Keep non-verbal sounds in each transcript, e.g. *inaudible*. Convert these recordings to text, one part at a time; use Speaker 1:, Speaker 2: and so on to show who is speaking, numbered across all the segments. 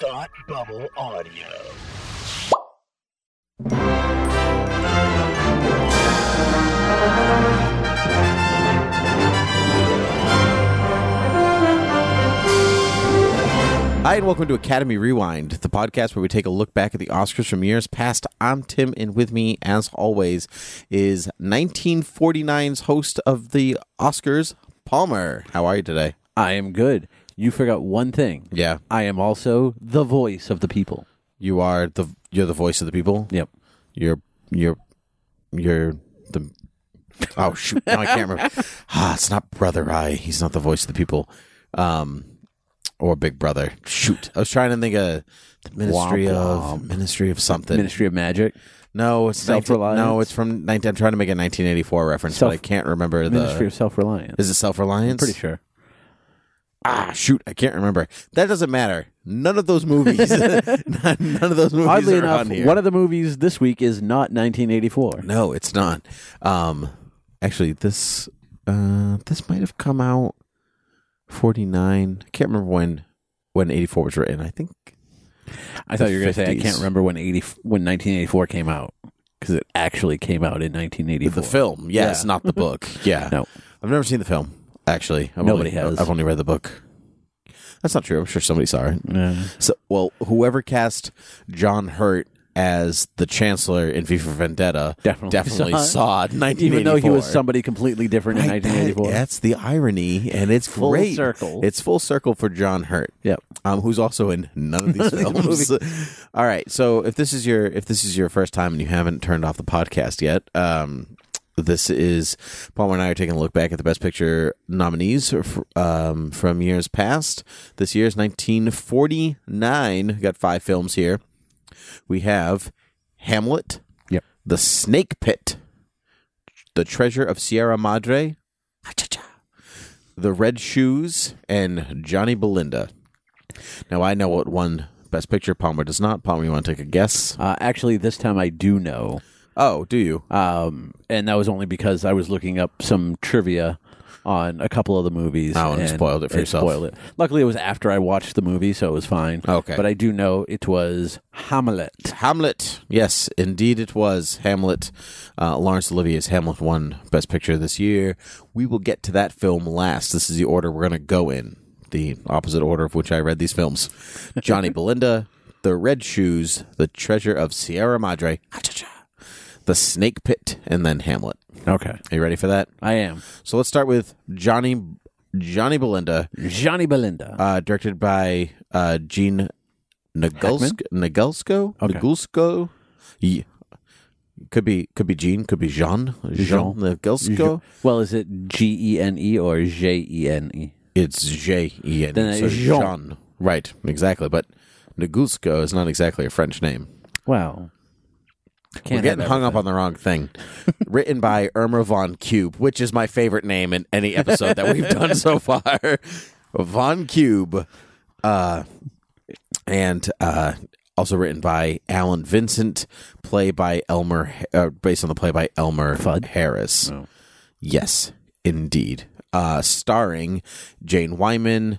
Speaker 1: Thought Bubble Audio.
Speaker 2: Hi, and welcome to Academy Rewind, the podcast where we take a look back at the Oscars from years past. I'm Tim, and with me, as always, is 1949's host of the Oscars, Palmer. How are you today?
Speaker 3: I am good. You forgot one thing.
Speaker 2: Yeah,
Speaker 3: I am also the voice of the people.
Speaker 2: you are the you're the voice of the people.
Speaker 3: Yep.
Speaker 2: You're you're you're the oh shoot now I can't
Speaker 3: *laughs*
Speaker 2: remember. ah, it's not Brother Eye. He's not the voice of the people, um, or Big Brother. Shoot, I was trying to think of the Ministry
Speaker 3: Womp
Speaker 2: of Ministry of something.
Speaker 3: Ministry of Magic.
Speaker 2: No, it's
Speaker 3: Self-reliance?
Speaker 2: 19 no, it's from 19, I'm trying to make a 1984 reference,
Speaker 3: Self-
Speaker 2: but I can't remember the.
Speaker 3: Ministry of Self Reliance.
Speaker 2: is it self reliance? *laughs*
Speaker 3: Pretty sure.
Speaker 2: Ah, shoot, I can't remember. That doesn't matter. None of those
Speaker 3: *laughs*
Speaker 2: movies. *laughs* none none of those movies
Speaker 3: Oddly
Speaker 2: are
Speaker 3: enough,
Speaker 2: on here.
Speaker 3: one of the movies this week is not 1984.
Speaker 2: no, it's not. Um, actually, this uh, this might have come out 49. I can't remember when when 84 was written. I think
Speaker 3: I thought you were going to say I
Speaker 2: 50s.
Speaker 3: can't remember when 80 when 1984 came out because it actually came out in 1984.
Speaker 2: the film. Yes,
Speaker 3: Yeah.
Speaker 2: not the
Speaker 3: *laughs*
Speaker 2: book. Yeah.
Speaker 3: No.
Speaker 2: I've never seen the film. Actually, I've only,
Speaker 3: Nobody has.
Speaker 2: I've only read the book. That's not true. I'm sure somebody saw it.
Speaker 3: Yeah.
Speaker 2: So, well, whoever cast John Hurt as the Chancellor in V for Vendetta
Speaker 3: Definitely
Speaker 2: saw,
Speaker 3: saw
Speaker 2: it. 1984.
Speaker 3: Even though he was somebody completely different in
Speaker 2: Right, that-
Speaker 3: 1984.
Speaker 2: that's the irony, and it's
Speaker 3: Full
Speaker 2: great.
Speaker 3: circle.
Speaker 2: It's full circle for John Hurt.
Speaker 3: Yep.
Speaker 2: Um, who's also in *laughs* none of these films. *laughs* All right, so if this is your if this is your first time and you haven't turned off the podcast yet, um, this is Palmer and I are taking a look back at the Best Picture nominees f- um, from years past. This year's 1949 We've got five films here. We have Hamlet,
Speaker 3: Yep.
Speaker 2: The Snake Pit, The Treasure of Sierra Madre, The Red Shoes, and Johnny Belinda. Now I know what one Best Picture Palmer does not. Palmer, you want to take a guess?
Speaker 3: Uh, actually, this time I do know.
Speaker 2: Oh, do you?
Speaker 3: um, and that was only because I was looking up some trivia on a couple of the movies.
Speaker 2: Oh, and it spoiled it for yourself.
Speaker 3: Spoiled it. Luckily, it was after I watched the movie, so it was fine.
Speaker 2: Okay.
Speaker 3: but I do know it was Hamlet.
Speaker 2: Hamlet. Yes, indeed it was Hamlet. Uh, Laurence Olivier's Hamlet won Best Picture this year. We will get to that film last. This is the order we're going to go in. The opposite order of which I read these films: Johnny Belinda, The Red Shoes, The Treasure of Sierra Madre, The Snake Pit, and then Hamlet.
Speaker 3: Okay,
Speaker 2: Are you ready for that?
Speaker 3: I am
Speaker 2: So let's start with Johnny Johnny Belinda.
Speaker 3: Johnny Belinda.
Speaker 2: uh, directed by uh, Gene Nagulsk- Nagulsko.
Speaker 3: Okay.
Speaker 2: Nagulsko. Ye- Could be could be Gene. Could be Jean. Jean
Speaker 3: Jean.
Speaker 2: Nagulsko.
Speaker 3: well, is it G E N E or J E N E?
Speaker 2: It's J E N.
Speaker 3: Then
Speaker 2: So
Speaker 3: it's Jean.
Speaker 2: Jean. Right. Exactly. But Nagulsko is not exactly a French name.
Speaker 3: Wow,
Speaker 2: We're
Speaker 3: can't
Speaker 2: getting
Speaker 3: have
Speaker 2: hung up
Speaker 3: everything.
Speaker 2: on the wrong thing. *laughs* Written by Irma von Cube, which is my favorite name in any episode that we've done
Speaker 3: *laughs*
Speaker 2: so far. Von Cube. Uh, and uh, also written by Alan Vincent, play by Elmer, uh, based on the play by Elmer
Speaker 3: Fudd?
Speaker 2: Harris.
Speaker 3: Oh.
Speaker 2: Yes, indeed. Uh, starring Jane Wyman,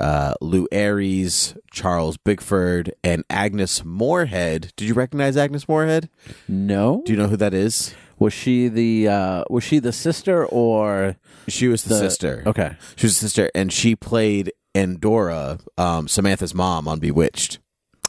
Speaker 2: uh, Lou Aries, Charles Bickford, and Agnes Moorehead. Did you recognize Agnes Moorehead?
Speaker 3: No,
Speaker 2: Do you know who that is?
Speaker 3: was she the uh, was she the sister or
Speaker 2: She was the,
Speaker 3: the
Speaker 2: sister.
Speaker 3: Okay,
Speaker 2: She was the sister, and she played Andorra, um, Samantha's mom on Bewitched.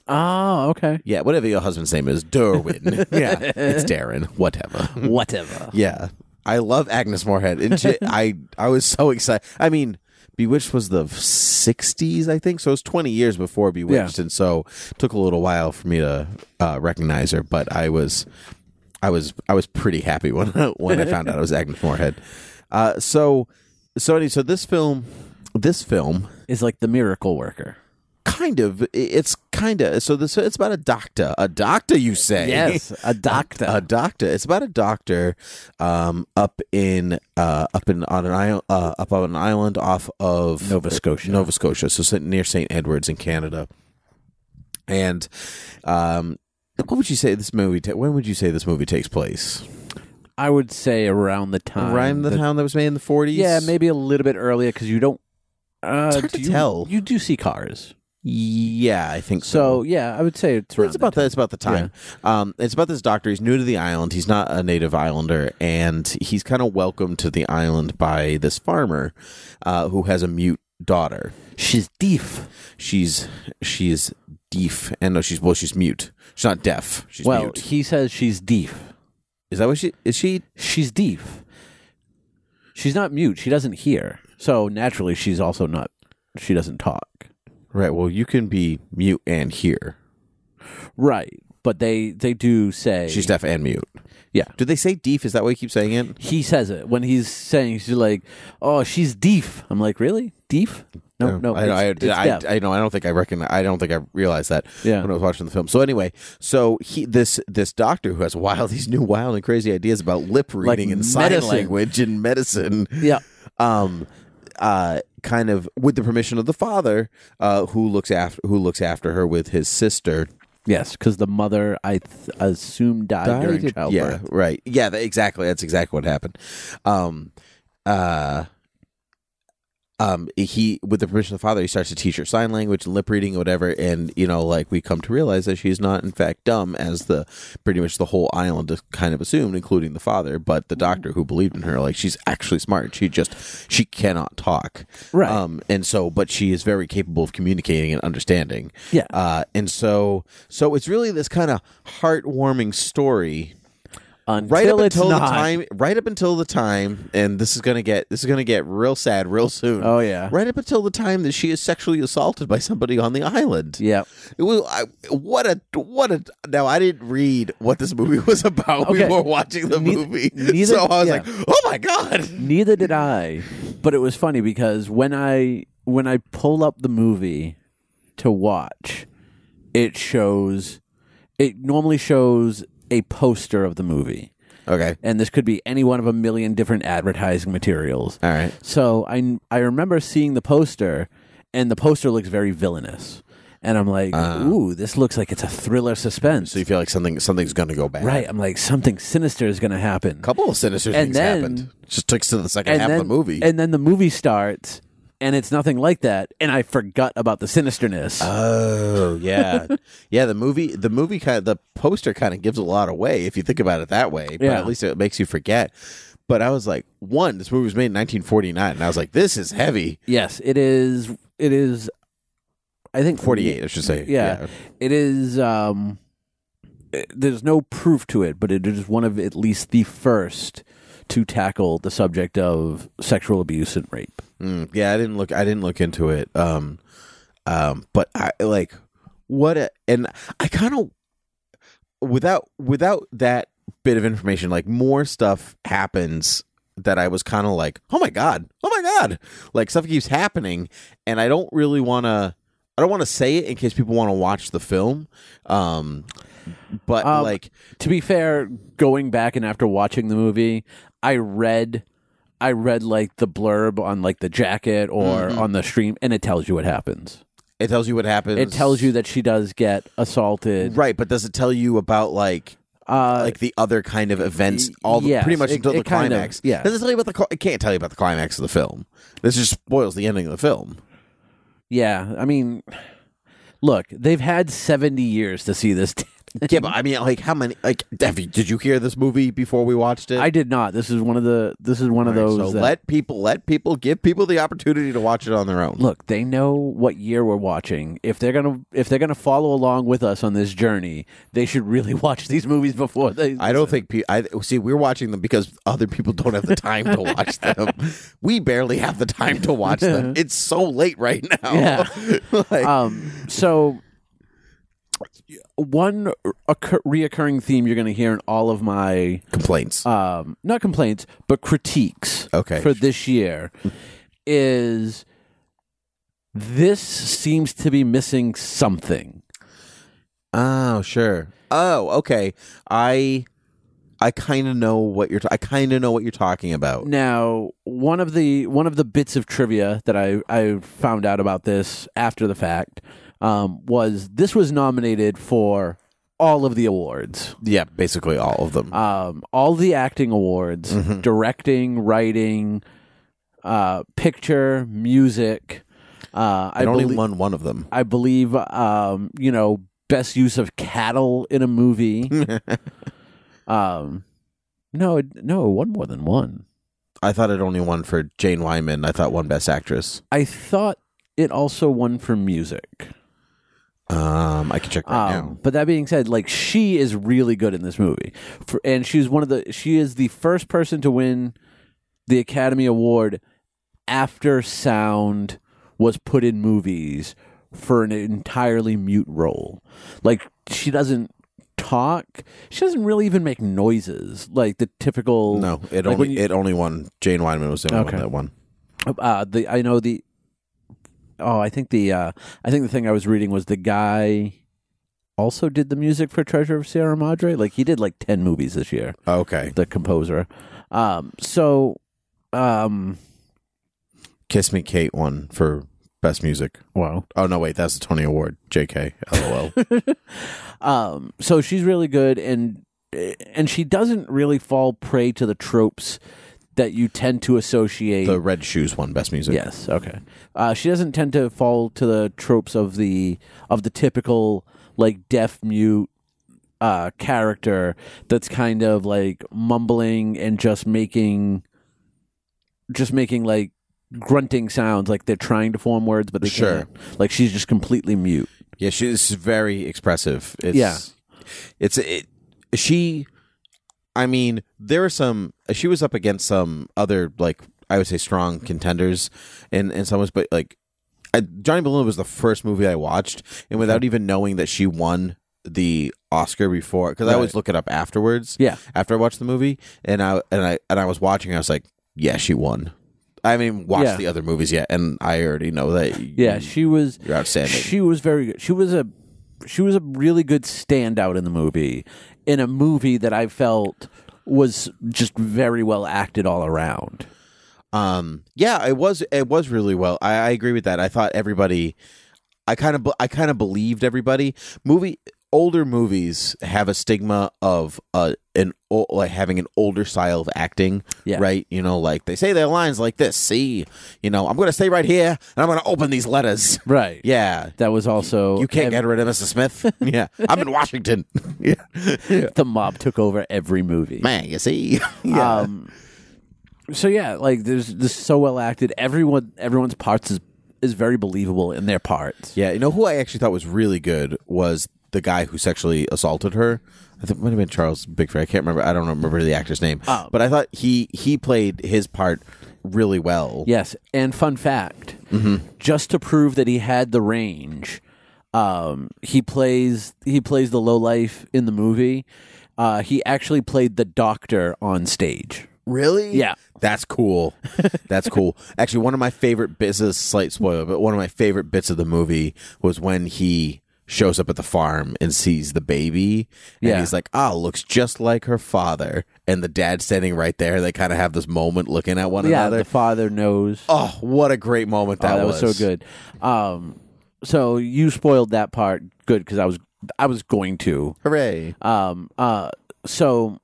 Speaker 3: oh okay,
Speaker 2: Yeah, whatever your husband's name is, Derwin. *laughs* yeah, it's Darren. *laughs* Whatever.
Speaker 3: whatever.
Speaker 2: Yeah, I love Agnes Moorehead. And she, I I was so excited. I mean, Bewitched was the '60s, I think, so it was 20 years before Bewitched, and so it took a little while for me to uh, recognize her. But I was, I was, I was pretty happy when *laughs* when I found out it was Agnes Moorehead. Uh, so, so anyway, so this film, this film
Speaker 3: Is like the miracle worker.
Speaker 2: kind of it's kind of so this it's about a doctor a doctor you say
Speaker 3: Yes,
Speaker 2: *laughs*
Speaker 3: a doctor.
Speaker 2: a doctor. It's about a doctor um, up in uh, up in on an island uh, up on an island off of
Speaker 3: Nova Scotia.
Speaker 2: Nova Scotia, so sit- near St. Edwards in Canada. And um, what would you say this movie? Ta- when would you say this movie takes place?
Speaker 3: I would say around the time.
Speaker 2: Rhyme the,
Speaker 3: that-
Speaker 2: town that was made in the forties.
Speaker 3: Yeah, maybe a little bit earlier because you don't. Uh,
Speaker 2: It's hard
Speaker 3: do
Speaker 2: to
Speaker 3: you,
Speaker 2: tell.
Speaker 3: You do see cars.
Speaker 2: Yeah, I think
Speaker 3: So yeah, I would say it's,
Speaker 2: It's about
Speaker 3: that.
Speaker 2: the, it's about the time. Um, it's about this doctor. He's new to the island. He's not a native islander, and he's kind of welcomed to the island by this farmer, uh, who has a mute daughter.
Speaker 3: She's deaf.
Speaker 2: She's she's deaf, and no, she's well, she's mute. She's not deaf. She's
Speaker 3: well,
Speaker 2: mute.
Speaker 3: he says she's deaf.
Speaker 2: Is that what she is? She
Speaker 3: She's deaf. She's not mute. She doesn't hear. So naturally, she's also not. She doesn't talk.
Speaker 2: right. Well, you can be mute and hear.
Speaker 3: Right. But they they do say
Speaker 2: She's deaf and mute.
Speaker 3: Yeah.
Speaker 2: Do they say deaf? Is that why you keep saying it?
Speaker 3: He says it when he's saying she's like, "Oh, she's deaf." I'm like, "Really? Deaf? No, no.
Speaker 2: I, I,
Speaker 3: it's- it's
Speaker 2: I,
Speaker 3: deaf.
Speaker 2: I, know. I don't think I reckon. I don't think I realized that
Speaker 3: Yeah.
Speaker 2: when I was watching the film. So anyway, so he this this doctor who has wild *laughs* these new wild and crazy ideas about lip reading and sign
Speaker 3: medicine.
Speaker 2: language and medicine.
Speaker 3: yeah.
Speaker 2: Um, uh, kind of with the permission of the father, uh, who looks after who looks after her with his sister.
Speaker 3: Yes, because the mother, I th- assume, died, during
Speaker 2: Died-
Speaker 3: childbirth.
Speaker 2: Yeah, right. Yeah, that, exactly. That's exactly what happened. Um, uh, um, he, with the permission of the father, he starts to teach her sign language and lip reading and whatever. And you know, like we come to realize that she's not, in fact, dumb, as the pretty much the whole island is kind of assumed, including the father. But the doctor who believed in her, like she's actually smart. She just she cannot talk,
Speaker 3: Right.
Speaker 2: Um, and so, but she is very capable of communicating and understanding.
Speaker 3: Yeah.
Speaker 2: Uh, and so, so it's really this kind of heartwarming story
Speaker 3: Until
Speaker 2: right up
Speaker 3: it's
Speaker 2: until the
Speaker 3: not.
Speaker 2: time right up until the time and this is gonna get this is gonna get real sad real soon
Speaker 3: Oh, yeah.
Speaker 2: right up until the time that she is sexually assaulted by somebody on the island
Speaker 3: Yeah.
Speaker 2: it was I, what a what a now i didn't read what this movie was about we
Speaker 3: Okay.
Speaker 2: were watching the
Speaker 3: Neith-
Speaker 2: movie *laughs*
Speaker 3: neither-
Speaker 2: so i was
Speaker 3: yeah.
Speaker 2: like oh my
Speaker 3: *laughs*
Speaker 2: god
Speaker 3: Neither did I. But it was funny because when I when I pull up the movie to watch, it shows it normally shows a poster of the movie.
Speaker 2: okay
Speaker 3: And this could be any one of a million different advertising materials.
Speaker 2: all right
Speaker 3: So I I remember seeing the poster, and the poster looks very villainous, and I'm like, ooh, this looks like it's a thriller suspense.
Speaker 2: Uh. so you feel like something something's gonna go bad
Speaker 3: right? I'm like, something sinister is going to happen.
Speaker 2: a couple of sinister
Speaker 3: And
Speaker 2: things
Speaker 3: then-
Speaker 2: happened just took us to the second half
Speaker 3: then
Speaker 2: of the movie
Speaker 3: and then the movie starts, and it's nothing like that, and I forgot about the sinisterness.
Speaker 2: Oh
Speaker 3: *laughs*
Speaker 2: yeah, yeah. The movie, the movie kind of the poster kind of gives a lot away if you think about it that way. But
Speaker 3: Yeah.
Speaker 2: at least it makes you forget. But I was like, one, this movie was made in 1949, and I was like, this is heavy.
Speaker 3: yes, it is. It is. I think
Speaker 2: 48, I should say.
Speaker 3: Yeah. It is. Um, eh, there's no proof to it, but it is one of at least the first to tackle the subject of sexual abuse and rape.
Speaker 2: Yeah. Mm, yeah. I didn't look. I didn't look into it. Um, um. But I like what, a, and I kind of without without that bit of information, like more stuff happens that I was kind of like, oh my god, oh my god, like stuff keeps happening, and I don't really want to. I don't want to say it in case people want to watch the film, um, but
Speaker 3: Um,
Speaker 2: like,
Speaker 3: To be fair, going back and after watching the movie, I read. I read like the blurb on like the jacket or
Speaker 2: Mm-hmm.
Speaker 3: on the stream, and it tells you what happens.
Speaker 2: it tells you what happens.
Speaker 3: It tells you that she does get assaulted.
Speaker 2: right, but does it tell you about like
Speaker 3: Uh,
Speaker 2: like the other kind of events, all the,
Speaker 3: yes,
Speaker 2: pretty much
Speaker 3: it-
Speaker 2: until
Speaker 3: it
Speaker 2: the
Speaker 3: kind of-
Speaker 2: climax?
Speaker 3: yeah.
Speaker 2: does it tell you about the? cli- It can't tell you about the climax of the film. This just spoils the ending of the film.
Speaker 3: yeah, I mean, look, they've had seventy years to see this. *laughs*
Speaker 2: Yeah, but I mean, like, how many? Like, Debbie, did you hear this movie before we watched it?
Speaker 3: I did not. This is one of the. This is one of those.
Speaker 2: so
Speaker 3: that-
Speaker 2: let people, let people, give people the opportunity to watch it on their own.
Speaker 3: look, they know what year we're watching. If they're gonna, if they're gonna follow along with us on this journey, they should really *laughs* watch these movies before they.
Speaker 2: I don't think pe- I see. We're watching them because other people don't have the time to watch them. We barely have the time to watch
Speaker 3: *laughs*
Speaker 2: them. It's so late right now.
Speaker 3: Yeah.
Speaker 2: *laughs* Like,
Speaker 3: um. So. One occur- reoccurring theme you're going to hear in all of my
Speaker 2: complaints.
Speaker 3: um, not complaints, but critiques
Speaker 2: Okay.
Speaker 3: for this year is this seems to be missing something.
Speaker 2: oh sure. Oh okay. I I kind of know what you're. ta- I kind of know what you're talking about.
Speaker 3: Now, one of the one of the bits of trivia that I, I found out about this after the fact um, was this was nominated for all of the awards.
Speaker 2: Yeah, basically all of them.
Speaker 3: um, all the acting awards,
Speaker 2: Mm-hmm.
Speaker 3: directing, writing, uh, picture, music. Uh, I
Speaker 2: and only
Speaker 3: belie-
Speaker 2: won one of them.
Speaker 3: I believe, um, you know, best use of cattle in
Speaker 2: *laughs*
Speaker 3: a movie. um, no, it- no, it won more than one.
Speaker 2: I thought it only won for Jane Wyman. I thought one Best Actress.
Speaker 3: I thought it also won for music.
Speaker 2: Um, I can check right now.
Speaker 3: Um, but that being said, like she is really good in this movie, For, and she's one of the she is the first person to win the Academy Award after sound was put in movies for an entirely mute role. Like she doesn't talk, she doesn't really even make noises like the typical
Speaker 2: No, it
Speaker 3: Like
Speaker 2: only
Speaker 3: when you-
Speaker 2: it only won. Jane Wyman was the only
Speaker 3: Okay.
Speaker 2: one that won.
Speaker 3: uh the I know the oh I think the uh I think the thing I was reading was the guy also did the music for Treasure of Sierra Madre like he did like 10 movies this year
Speaker 2: Okay,
Speaker 3: the composer um so um
Speaker 2: Kiss Me Kate won for Best Music.
Speaker 3: wow
Speaker 2: Oh no, wait, that's the Tony Award. J.K. LOL.
Speaker 3: *laughs* um so she's really good and and she doesn't really fall prey to the tropes that you tend to associate
Speaker 2: the Red Shoes won Best Music.
Speaker 3: Yes. Okay. Uh, she doesn't tend to fall to the tropes of the of the typical like deaf mute uh, character that's kind of like mumbling and just making just making like grunting sounds like they're trying to form words but they
Speaker 2: Sure.
Speaker 3: can't. Like she's just completely mute.
Speaker 2: Yeah, she's very expressive. It's,
Speaker 3: Yeah.
Speaker 2: it's it. She, I mean, there are some. She was up against some other like I would say strong contenders, in in some ways, but like I, Johnny Balloon was the first movie I watched, and without even knowing that she won the Oscar before, because I always
Speaker 3: Right.
Speaker 2: look it up afterwards.
Speaker 3: Yeah.
Speaker 2: after I watched the movie, and I and I and I was watching, I was like, yeah, she won. I haven't even watched
Speaker 3: Yeah.
Speaker 2: the other movies yet, and I already know that.
Speaker 3: Yeah. She was.
Speaker 2: you're outstanding.
Speaker 3: She was very good. She was a she was a really good standout in the movie, in a movie that I felt was just very well acted all around.
Speaker 2: Um, yeah, it was it was really well. I, I agree with that. I thought everybody, I kind of I kind of believed everybody. Movie older movies have a stigma of uh an o- like having an older style of acting,
Speaker 3: Yeah.
Speaker 2: right? You know, like they say their lines like this. See, you know, I'm gonna stay right here and I'm gonna open these letters. *laughs*
Speaker 3: Right.
Speaker 2: Yeah.
Speaker 3: That was also
Speaker 2: You can't
Speaker 3: ev-
Speaker 2: get rid of Mrs. Smith. *laughs* Yeah, I'm in Washington. *laughs* yeah.
Speaker 3: the mob took over every movie.
Speaker 2: man, you see. *laughs* yeah,
Speaker 3: Um so yeah, like there's this so well acted. Everyone everyone's parts is is very believable in their parts.
Speaker 2: yeah. You know who I actually thought was really good was the guy who sexually assaulted her. I think it might have been Charles Bigford. I can't remember. I don't remember the actor's name.
Speaker 3: Oh.
Speaker 2: But I thought he he played his part really well.
Speaker 3: Yes, and fun fact, just to prove that he had the range, um, he plays he plays the low life in the movie. Uh, he actually played the doctor on stage.
Speaker 2: Really?
Speaker 3: Yeah.
Speaker 2: That's
Speaker 3: *laughs*
Speaker 2: cool. That's cool. Actually, one of my favorite bits this is a slight spoiler, but one of my favorite bits of the movie was when he shows up at the farm and sees the baby and
Speaker 3: Yeah.
Speaker 2: he's like, "Ah, looks just like her father." And the dad's standing right there. They kind of have this moment looking at one
Speaker 3: Yeah,
Speaker 2: another.
Speaker 3: the father knows.
Speaker 2: oh, what a great moment that,
Speaker 3: Oh, that was. so good. Um, so you spoiled that part. Good because I was I was going to.
Speaker 2: Hooray.
Speaker 3: Um, uh, so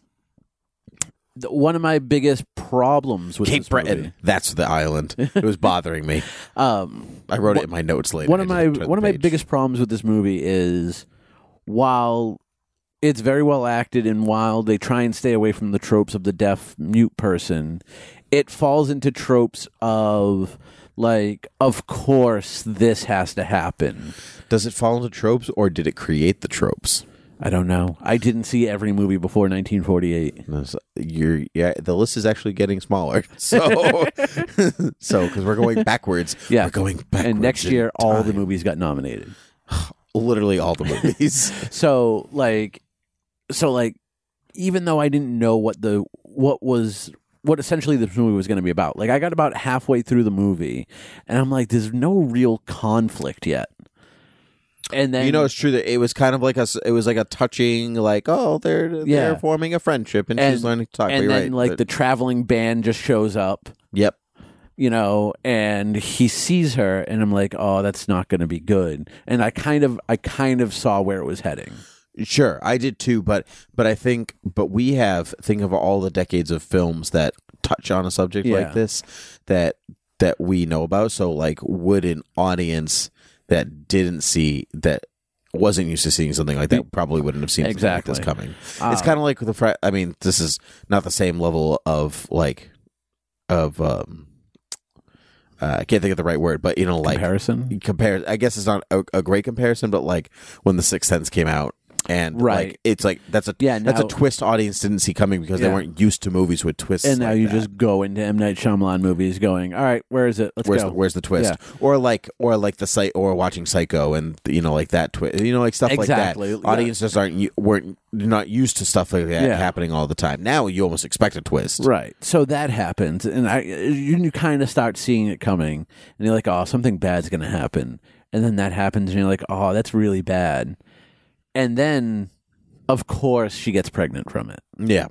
Speaker 3: th- one of my biggest problems with
Speaker 2: Cape
Speaker 3: this
Speaker 2: Breton.
Speaker 3: movie-
Speaker 2: That's the *laughs* island. It was bothering me.
Speaker 3: um,
Speaker 2: I wrote it in my notes later.
Speaker 3: one of
Speaker 2: I
Speaker 3: my
Speaker 2: just turned the
Speaker 3: one of my
Speaker 2: page.
Speaker 3: biggest problems with this movie is while it's very well acted and while they try and stay away from the tropes of the deaf mute person it falls into tropes of like of course this has to happen
Speaker 2: Does it fall into tropes or did it create the tropes?
Speaker 3: i don't know i didn't see every movie before 1948
Speaker 2: And I was like, You're yeah. The list is actually getting smaller. *laughs* So so because we're going *laughs* backwards.
Speaker 3: Yeah.
Speaker 2: we're going backwards.
Speaker 3: and next
Speaker 2: in
Speaker 3: year all the
Speaker 2: time.
Speaker 3: movies got nominated
Speaker 2: literally all the *laughs* movies.
Speaker 3: so like so like even though i didn't know what the what was what essentially this movie was going to be about like i got about halfway through the movie and i'm like there's no real conflict yet and then
Speaker 2: you know, it's true that it was kind of like a s- it was like a touching like oh they're
Speaker 3: Yeah.
Speaker 2: they're forming a friendship and,
Speaker 3: and,
Speaker 2: she's learning to talk.
Speaker 3: and
Speaker 2: You're
Speaker 3: then
Speaker 2: right.
Speaker 3: like
Speaker 2: But-
Speaker 3: the traveling band just shows up
Speaker 2: yep.
Speaker 3: you know and he sees her and i'm like oh that's not going to be good and i kind of i kind of saw where it was heading
Speaker 2: Sure, I did too, but but I think but we have think of all the decades of films that touch on a subject
Speaker 3: Yeah.
Speaker 2: like this that that we know about. So, like, would an audience that didn't see that wasn't used to seeing something like that probably wouldn't have seen exactly. something like this coming? it's kind of like the. Fri- I mean, this is not the same level of like of. um uh, I can't think of the right word, but you know, like
Speaker 3: Comparison?
Speaker 2: Compare. I guess it's not a, a great comparison, but like when the Sixth Sense came out, and
Speaker 3: Right.
Speaker 2: like it's like that's a
Speaker 3: Yeah,
Speaker 2: that's a
Speaker 3: now-
Speaker 2: twist audience didn't see coming because
Speaker 3: Yeah.
Speaker 2: they weren't used to movies with twists.
Speaker 3: And now
Speaker 2: like
Speaker 3: you
Speaker 2: that.
Speaker 3: just go into M Night Shyamalan movies, going, "All right, where is it? Let's
Speaker 2: where's
Speaker 3: go."
Speaker 2: the, where's the twist or like or like the site or watching psycho and you know like that twist you know like stuff
Speaker 3: Exactly, yeah.
Speaker 2: like that audiences aren't u- weren't not used to stuff like that
Speaker 3: Yeah.
Speaker 2: happening all the time now you almost expect a twist
Speaker 3: Right. So that happens, and I you, you kind of start seeing it coming, and you're like, "Oh, something bad's gonna happen," and then that happens, and you're like, "Oh, that's really bad," and then, of course, she gets pregnant from it.
Speaker 2: yeah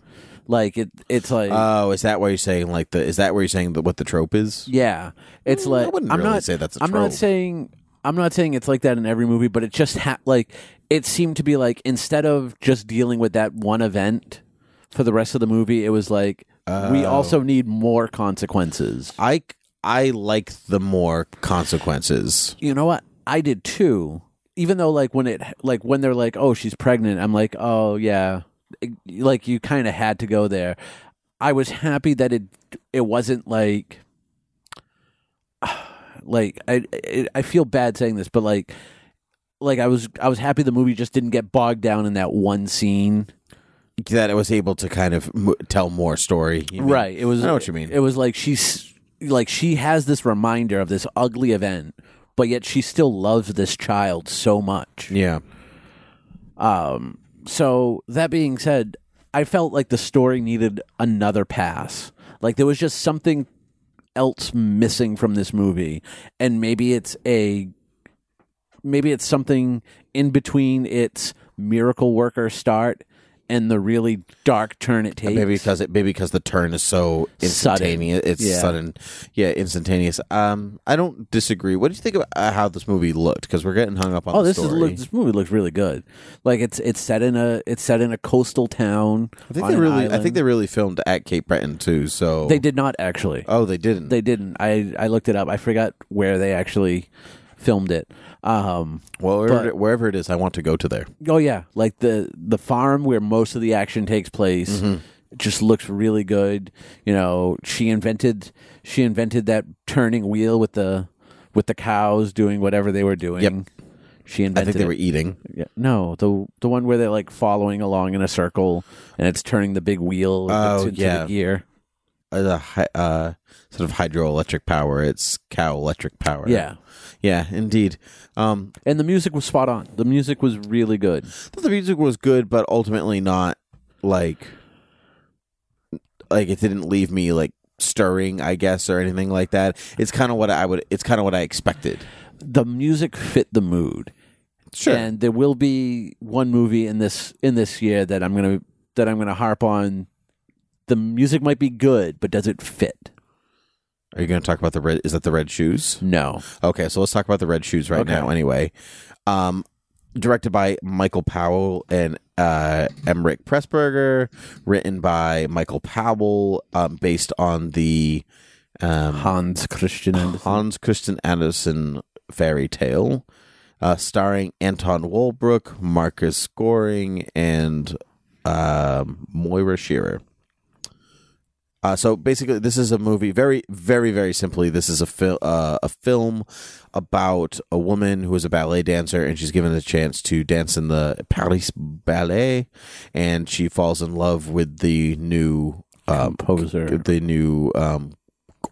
Speaker 3: Like it, it's like.
Speaker 2: oh is that why you're saying like the is that where you're saying that what the trope is
Speaker 3: Yeah, it's
Speaker 2: Mm,
Speaker 3: like
Speaker 2: I wouldn't
Speaker 3: am
Speaker 2: really
Speaker 3: not,
Speaker 2: say that's a
Speaker 3: I'm
Speaker 2: trope.
Speaker 3: not saying I'm not saying it's like that in every movie, but it just ha- like it seemed to be like instead of just dealing with that one event for the rest of the movie, it was like we also
Speaker 2: Oh.
Speaker 3: need more consequences.
Speaker 2: i i like the more consequences
Speaker 3: You know what? I did too. Even though like when it like when they're like, "Oh, she's pregnant." I'm like, "Oh, yeah." It- like you kind of had to go there. I was happy that it it wasn't like *sighs* like I I- I feel bad saying this, but like like I was I was happy the movie just didn't get bogged down in that one scene.
Speaker 2: that I was able to kind of m- tell more story you mean?
Speaker 3: Right. It was
Speaker 2: I know what you mean.
Speaker 3: It was like she's like she has this reminder of this ugly event, but yet she still loves this child so much.
Speaker 2: yeah
Speaker 3: Um, so that being said, I felt like the story needed another pass. Like there was just something else missing from this movie, and maybe it's a maybe it's something in between its miracle worker start and the really dark turn it takes.
Speaker 2: maybe because it maybe because the turn is so
Speaker 3: Sudden.
Speaker 2: instantaneous it's
Speaker 3: Yeah.
Speaker 2: sudden yeah instantaneous um i don't disagree what do you think about uh, how this movie looked because we're getting hung up on
Speaker 3: Oh,
Speaker 2: the
Speaker 3: this is
Speaker 2: story.
Speaker 3: look, this movie looks really good. Like it's it's set in a it's set in a coastal town.
Speaker 2: i think they really i think they really filmed at cape breton too so
Speaker 3: they did not actually.
Speaker 2: oh they didn't
Speaker 3: They didn't. I I looked it up. I forgot where they actually filmed it. Um,
Speaker 2: well wherever,
Speaker 3: but-
Speaker 2: wherever it is i want to go to there
Speaker 3: oh yeah, like the the farm where most of the action takes place
Speaker 2: Mm-hmm.
Speaker 3: just looks really good. You know, she invented she invented that turning wheel with the with the cows doing whatever they were doing. She
Speaker 2: i
Speaker 3: invented
Speaker 2: think they
Speaker 3: it.
Speaker 2: were eating
Speaker 3: Yeah, no, the the one where they're like following along in a circle and it's turning the big wheel
Speaker 2: Oh,
Speaker 3: into, into
Speaker 2: yeah.
Speaker 3: the gear.
Speaker 2: uh, the hy- uh sort of hydroelectric power it's cow electric power
Speaker 3: Yeah.
Speaker 2: yeah indeed um
Speaker 3: And the music was spot on. The music was really good.
Speaker 2: thought the music was good, but ultimately not like like it didn't leave me like stirring, I guess, or anything like that. It's kind of what I would. It's kind of what I expected.
Speaker 3: The music fit the mood.
Speaker 2: Sure.
Speaker 3: And there will be one movie in this in this year that I'm gonna that I'm gonna harp on. The music might be good, but does it fit?
Speaker 2: Are you going to talk about the red? Is that the red shoes?
Speaker 3: No.
Speaker 2: Okay, so let's talk about the red shoes right
Speaker 3: Okay.
Speaker 2: now. Anyway, um, directed by Michael Powell and uh, Emmerich Pressburger, written by Michael Powell, um, based on the um,
Speaker 3: Hans Christian Andersen.
Speaker 2: Hans Christian Andersen fairy tale, uh, starring Anton Walbrook, Marcus Goring, and um, Moira Shearer. Uh, so basically, this is a movie. Very, very, very simply, this is a fil- uh, a film about a woman who is a ballet dancer, and she's given a chance to dance in the Paris Ballet, and she falls in love with the new um,
Speaker 3: Composer.
Speaker 2: the new um,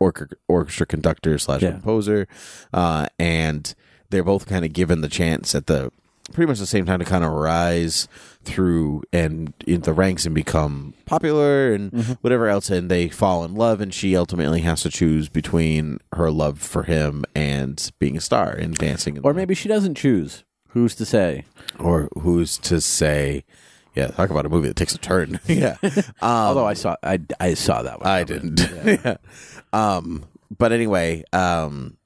Speaker 2: orchestra, orchestra conductor slash
Speaker 3: Yeah.
Speaker 2: composer, uh, and they're both kind of given the chance at the pretty much the same time to kind of rise through and in the ranks and become popular and
Speaker 3: Mm-hmm.
Speaker 2: whatever else and they fall in love and she ultimately has to choose between her love for him and being a star and dancing in
Speaker 3: Or
Speaker 2: the-
Speaker 3: maybe she doesn't choose. Who's to say?
Speaker 2: or who's to say yeah talk about a movie that takes a turn *laughs*
Speaker 3: *laughs*
Speaker 2: yeah Um,
Speaker 3: Although I saw I, Um, I saw that one.
Speaker 2: I didn't. *laughs* Yeah. Um, but anyway, um,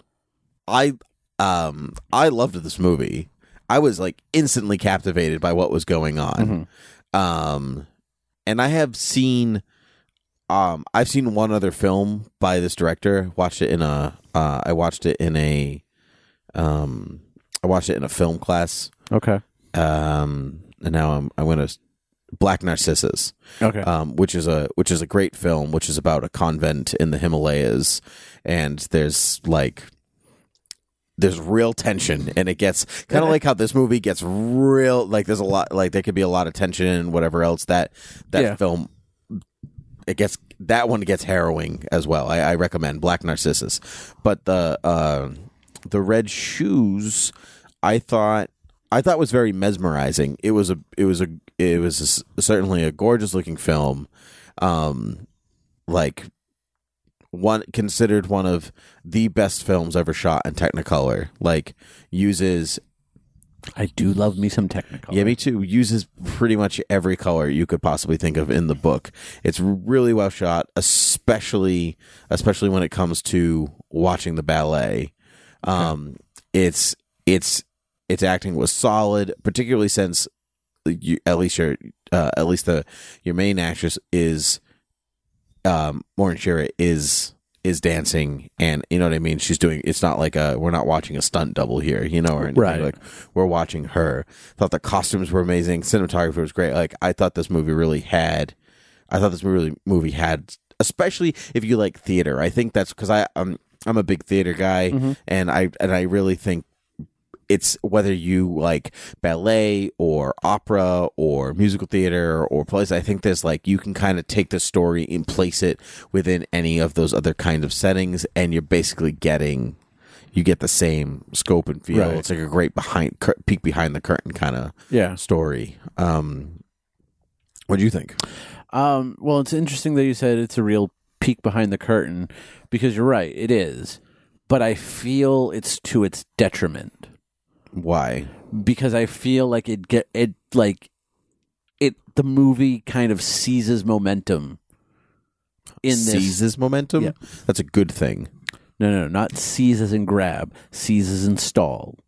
Speaker 2: I um, I loved this movie. I was like instantly captivated by what was going on. Um, and I have seen um, I've seen one other film by this director. Watched it in a. Uh, I watched it in a. Um, I watched it in a film class.
Speaker 3: Okay.
Speaker 2: Um, and now I'm I'm gonna s- Black Narcissus
Speaker 3: Okay.
Speaker 2: um, which is a which is a great film, which is about a convent in the Himalayas, and there's like there's real tension, and it gets kind of like how this movie gets real. Like there's a lot, like there could be a lot of tension and whatever else that that
Speaker 3: Yeah.
Speaker 2: film it gets that one gets harrowing as well. I, I recommend Black Narcissus, but the uh, the Red Shoes, I thought I thought was very mesmerizing. It was a it was a it was a s certainly a gorgeous looking film, um, like one considered one of the best films ever shot in Technicolor. Like uses
Speaker 3: I do love me some technical.
Speaker 2: yeah, me too. Uses pretty much every color you could possibly think of in the book. It's really well shot, especially especially when it comes to watching the ballet. Um, it's it's its acting was solid, particularly since you, at least your uh, at least the your main actress is um Lauren Shira is is dancing and you know what I mean she's doing it's not like a we're not watching a stunt double here you know or anything.
Speaker 3: Right.
Speaker 2: like we're watching her thought the costumes were amazing cinematography was great like I thought this movie really had I thought this movie movie had especially if you like theater I think that's because I I'm I'm a big theater guy and I and I really think it's whether you like ballet or opera or musical theater or plays. I think there's like you can kind of take the story and place it within any of those other kinds of settings, and you're basically getting you get the same scope and feel.
Speaker 3: Right.
Speaker 2: It's like a great behind cur- peek behind the curtain kind of
Speaker 3: Yeah.
Speaker 2: story. Um, what do you think?
Speaker 3: Um, well, it's interesting that you said it's a real peek behind the curtain because you're right, it is. But I feel it's to its detriment
Speaker 2: Why?
Speaker 3: because I feel like it get it like it the movie kind of seizes momentum in this
Speaker 2: seizes momentum.
Speaker 3: Yeah.
Speaker 2: That's a good thing.
Speaker 3: No, no, not seizes and grab, seizes and stall.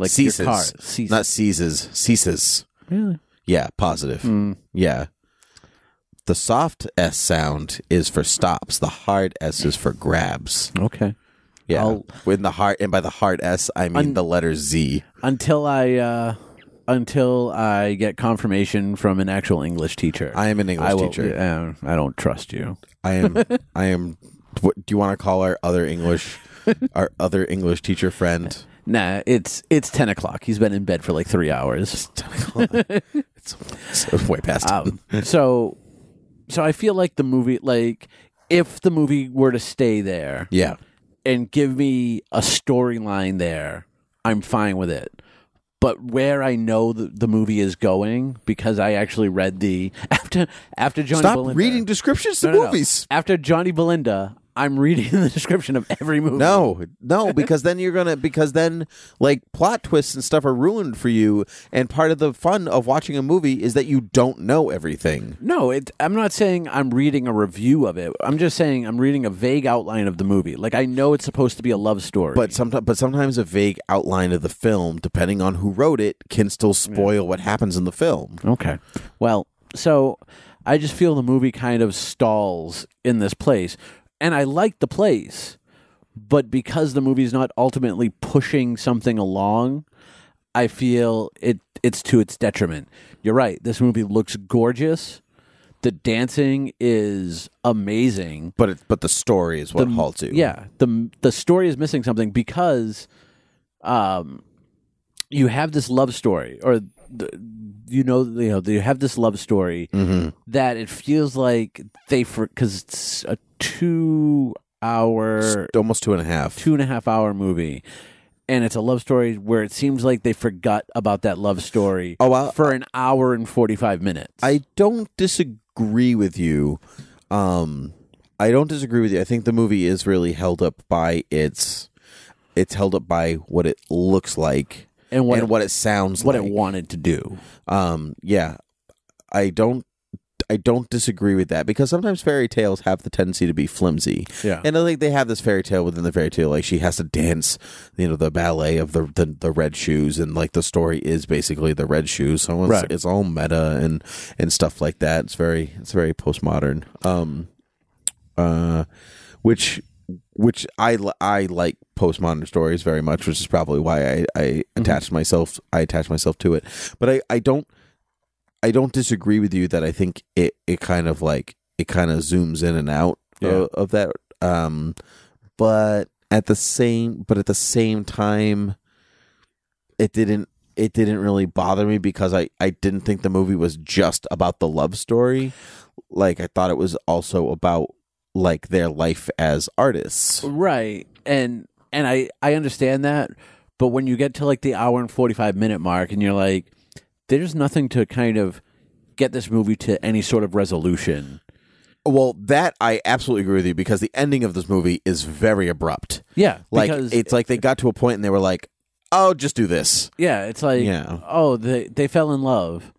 Speaker 3: Like
Speaker 2: ceases,
Speaker 3: your car seizes.
Speaker 2: not seizes, ceases.
Speaker 3: really.
Speaker 2: Yeah, positive.
Speaker 3: Mm.
Speaker 2: Yeah. The soft S sound is for stops. The hard S is for grabs.
Speaker 3: Okay.
Speaker 2: Yeah.
Speaker 3: I'll-
Speaker 2: When the hard and by the hard S I mean
Speaker 3: Un-
Speaker 2: the letter Z.
Speaker 3: Until I uh until I get confirmation from an actual English teacher.
Speaker 2: I am an English
Speaker 3: I will-
Speaker 2: teacher.
Speaker 3: um, I don't trust you.
Speaker 2: I am
Speaker 3: *laughs*
Speaker 2: I am what do you want to call our other English our other English teacher friend? *laughs*
Speaker 3: Nah, it's it's ten o'clock. He's been in bed for like three hours.
Speaker 2: It's, it's way past
Speaker 3: Um, so, so I feel like the movie, like if the movie were to stay there
Speaker 2: Yeah.
Speaker 3: and give me a storyline there, I'm fine with it. But where I know the, the movie is going, because I actually read the *laughs* after after Johnny
Speaker 2: Stop
Speaker 3: Belinda,
Speaker 2: reading descriptions to
Speaker 3: No, no, no.
Speaker 2: movies.
Speaker 3: after Johnny Belinda. I'm reading *laughs* the description of every movie.
Speaker 2: No, no, because then you're gonna because then like plot twists and stuff are ruined for you. And part of the fun of watching a movie is that you don't know everything.
Speaker 3: No, it, I'm not saying I'm reading a review of it. I'm just saying I'm reading a vague outline of the movie. Like I know it's supposed to be a love story,
Speaker 2: But sometimes, but sometimes a vague outline of the film, depending on who wrote it, can still spoil what happens in the film.
Speaker 3: Okay. Well, so I just feel the movie kind of stalls in this place. And I like the place, but because the movie's not ultimately pushing something along, I feel it it's to its detriment. You're right. This movie looks gorgeous. The dancing is amazing.
Speaker 2: But it, but the story is what halts you.
Speaker 3: Yeah, the the story is missing something because um you have this love story or the, you know you know you have this love story
Speaker 2: Mm-hmm.
Speaker 3: that it feels like they for cuz it's a 2 hour
Speaker 2: almost two and a half.
Speaker 3: two and a half hour movie and it's a love story where it seems like they forgot about that love story
Speaker 2: Oh, I-
Speaker 3: for an hour and 45 minutes
Speaker 2: I don't disagree with you. Um, I don't disagree with you. I think the movie is really held up by its. It's held up by what it looks like
Speaker 3: and what
Speaker 2: and
Speaker 3: it,
Speaker 2: what it sounds
Speaker 3: what
Speaker 2: like.
Speaker 3: it wanted to do
Speaker 2: Um, yeah, Um, I don't. I don't disagree with that because sometimes fairy tales have the tendency to be flimsy.
Speaker 3: Yeah.
Speaker 2: And I think they have this fairy tale within the fairy tale, like she has to dance, you know, the ballet of the the, the red shoes, and like the story is basically the red shoes. So it's,
Speaker 3: Right.
Speaker 2: it's all meta and and stuff like that. It's very it's very postmodern. Um, uh, which which I li- I like postmodern stories very much, which is probably why I I
Speaker 3: Mm-hmm.
Speaker 2: attached myself I attached myself to it. But I I don't I don't disagree with you that I think it it kind of like it kind of zooms in and out
Speaker 3: Yeah.
Speaker 2: of, of that. Um, but at the same but at the same time, it didn't it didn't really bother me because I I didn't think the movie was just about the love story. Like I thought it was also about like their life as artists.
Speaker 3: Right. And and I I understand that, but when you get to like the hour and 45 minute mark and you're like there's nothing to kind of get this movie to any sort of resolution.
Speaker 2: Well, that I absolutely agree with you because the ending of this movie is very abrupt.
Speaker 3: Yeah,
Speaker 2: Like
Speaker 3: because
Speaker 2: it's like they got to a point and they were like, "Oh, just do this."
Speaker 3: yeah, it's like
Speaker 2: Yeah.
Speaker 3: oh, they they fell in love.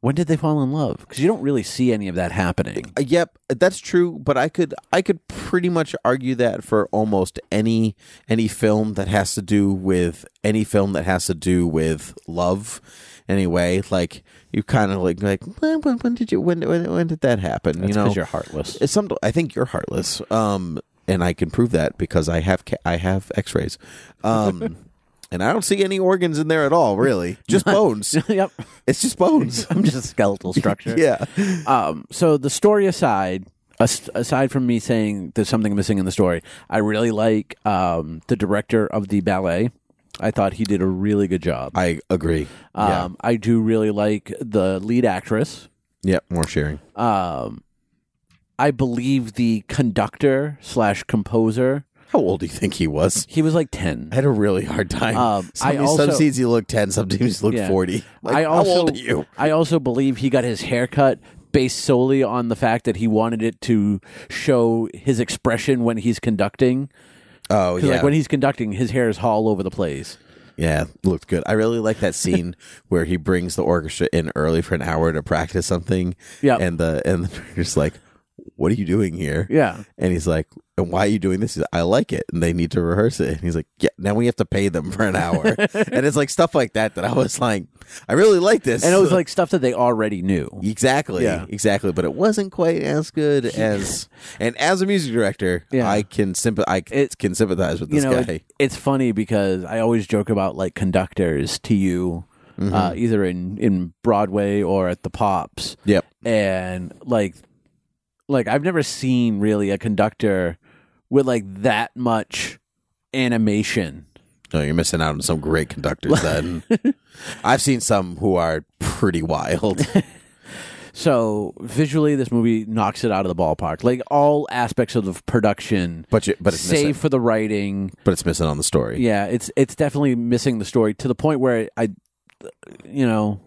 Speaker 3: When did they fall in love? Cuz you don't really see any of that happening.
Speaker 2: Uh, Yep, that's true, but I could I could pretty much argue that for almost any any film that has to do with any film that has to do with love anyway, like you kind of like like when, when, when did you when when, when did that happen, you
Speaker 3: That's
Speaker 2: know?
Speaker 3: you're heartless.
Speaker 2: It's some I think you're heartless. Um and I can prove that because I have ca- I have x-rays.
Speaker 3: *laughs*
Speaker 2: Um and I don't see any organs in there at all, really. Just bones.
Speaker 3: *laughs* yep. *laughs*
Speaker 2: It's just bones.
Speaker 3: I'm just a skeletal structure.
Speaker 2: yeah.
Speaker 3: Um, so the story aside, as- aside from me saying there's something missing in the story, I really like um, the director of the ballet. I thought he did a really good job.
Speaker 2: I agree.
Speaker 3: Um, I do really like the lead actress.
Speaker 2: yeah. Yep, more sharing.
Speaker 3: Um, I believe the conductor slash composer.
Speaker 2: How old do you think he was?
Speaker 3: He was like ten.
Speaker 2: I had a really hard time.
Speaker 3: Um,
Speaker 2: some,
Speaker 3: I
Speaker 2: some
Speaker 3: also-
Speaker 2: scenes you look 10, some scenes you look
Speaker 3: Yeah.
Speaker 2: 40. Like,
Speaker 3: I also,
Speaker 2: how old are you?
Speaker 3: I also believe he got his haircut based solely on the fact that he wanted it to show his expression when he's conducting.
Speaker 2: Oh,
Speaker 3: 'Cause,
Speaker 2: yeah.
Speaker 3: Like when he's conducting, his hair is all over the place.
Speaker 2: yeah, looked good. I really like that
Speaker 3: *laughs*
Speaker 2: scene where he brings the orchestra in early for an hour to practice something.
Speaker 3: Yep.
Speaker 2: And the and the director's like, what are you doing here?
Speaker 3: Yeah.
Speaker 2: And he's like, and why are you doing this? He's like, I like it. And they need to rehearse it. And he's like, yeah, now we have to pay them for an
Speaker 3: *laughs*
Speaker 2: hour. and it's like stuff like that that I was like, I really like this.
Speaker 3: And it was like stuff that they already knew.
Speaker 2: Exactly.
Speaker 3: Yeah.
Speaker 2: Exactly. But it wasn't quite as good as and as a music director,
Speaker 3: Yeah.
Speaker 2: I can sympath- I
Speaker 3: It-
Speaker 2: can sympathize with
Speaker 3: You
Speaker 2: this
Speaker 3: know,
Speaker 2: guy.
Speaker 3: it- it's funny because I always joke about like conductors to you, uh,
Speaker 2: Mm-hmm.
Speaker 3: either in, in Broadway or at the Pops.
Speaker 2: yep.
Speaker 3: And like, like I've never seen really a conductor with like that much animation.
Speaker 2: No, you're missing out on some great conductors
Speaker 3: *laughs*
Speaker 2: then. I've seen some who are pretty
Speaker 3: *laughs*
Speaker 2: wild.
Speaker 3: So visually, this movie knocks it out of the ballpark. Like all aspects of the production,
Speaker 2: But you, but it's
Speaker 3: save
Speaker 2: missing.
Speaker 3: for the writing,
Speaker 2: But it's missing on the story.
Speaker 3: Yeah, it's it's definitely missing the story to the point where I, you know,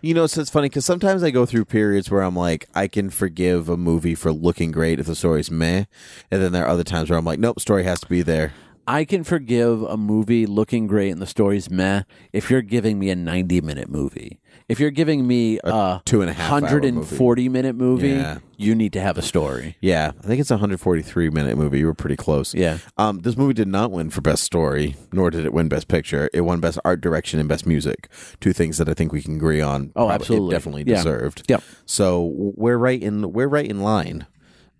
Speaker 2: You know, so it's funny because sometimes I go through periods where I'm like, I can forgive a movie for looking great if the story's meh, and then there are other times where I'm like, nope, story has to be there.
Speaker 3: I can forgive a movie looking great and the story's meh if you're giving me a 90 minute movie. If you're giving me a,
Speaker 2: two and a half hour movie.
Speaker 3: 140 minute movie,
Speaker 2: Yeah.
Speaker 3: you need to have a story.
Speaker 2: Yeah, I think it's a 143 minute movie. You were pretty close.
Speaker 3: Yeah.
Speaker 2: Um, this movie did not win for best story, nor did it win best picture. It won best art direction and best music, two things that I think we can agree on.
Speaker 3: Oh,
Speaker 2: Probably-
Speaker 3: absolutely.
Speaker 2: it definitely
Speaker 3: Yeah.
Speaker 2: deserved.
Speaker 3: Yep.
Speaker 2: So we're right in we're right in line.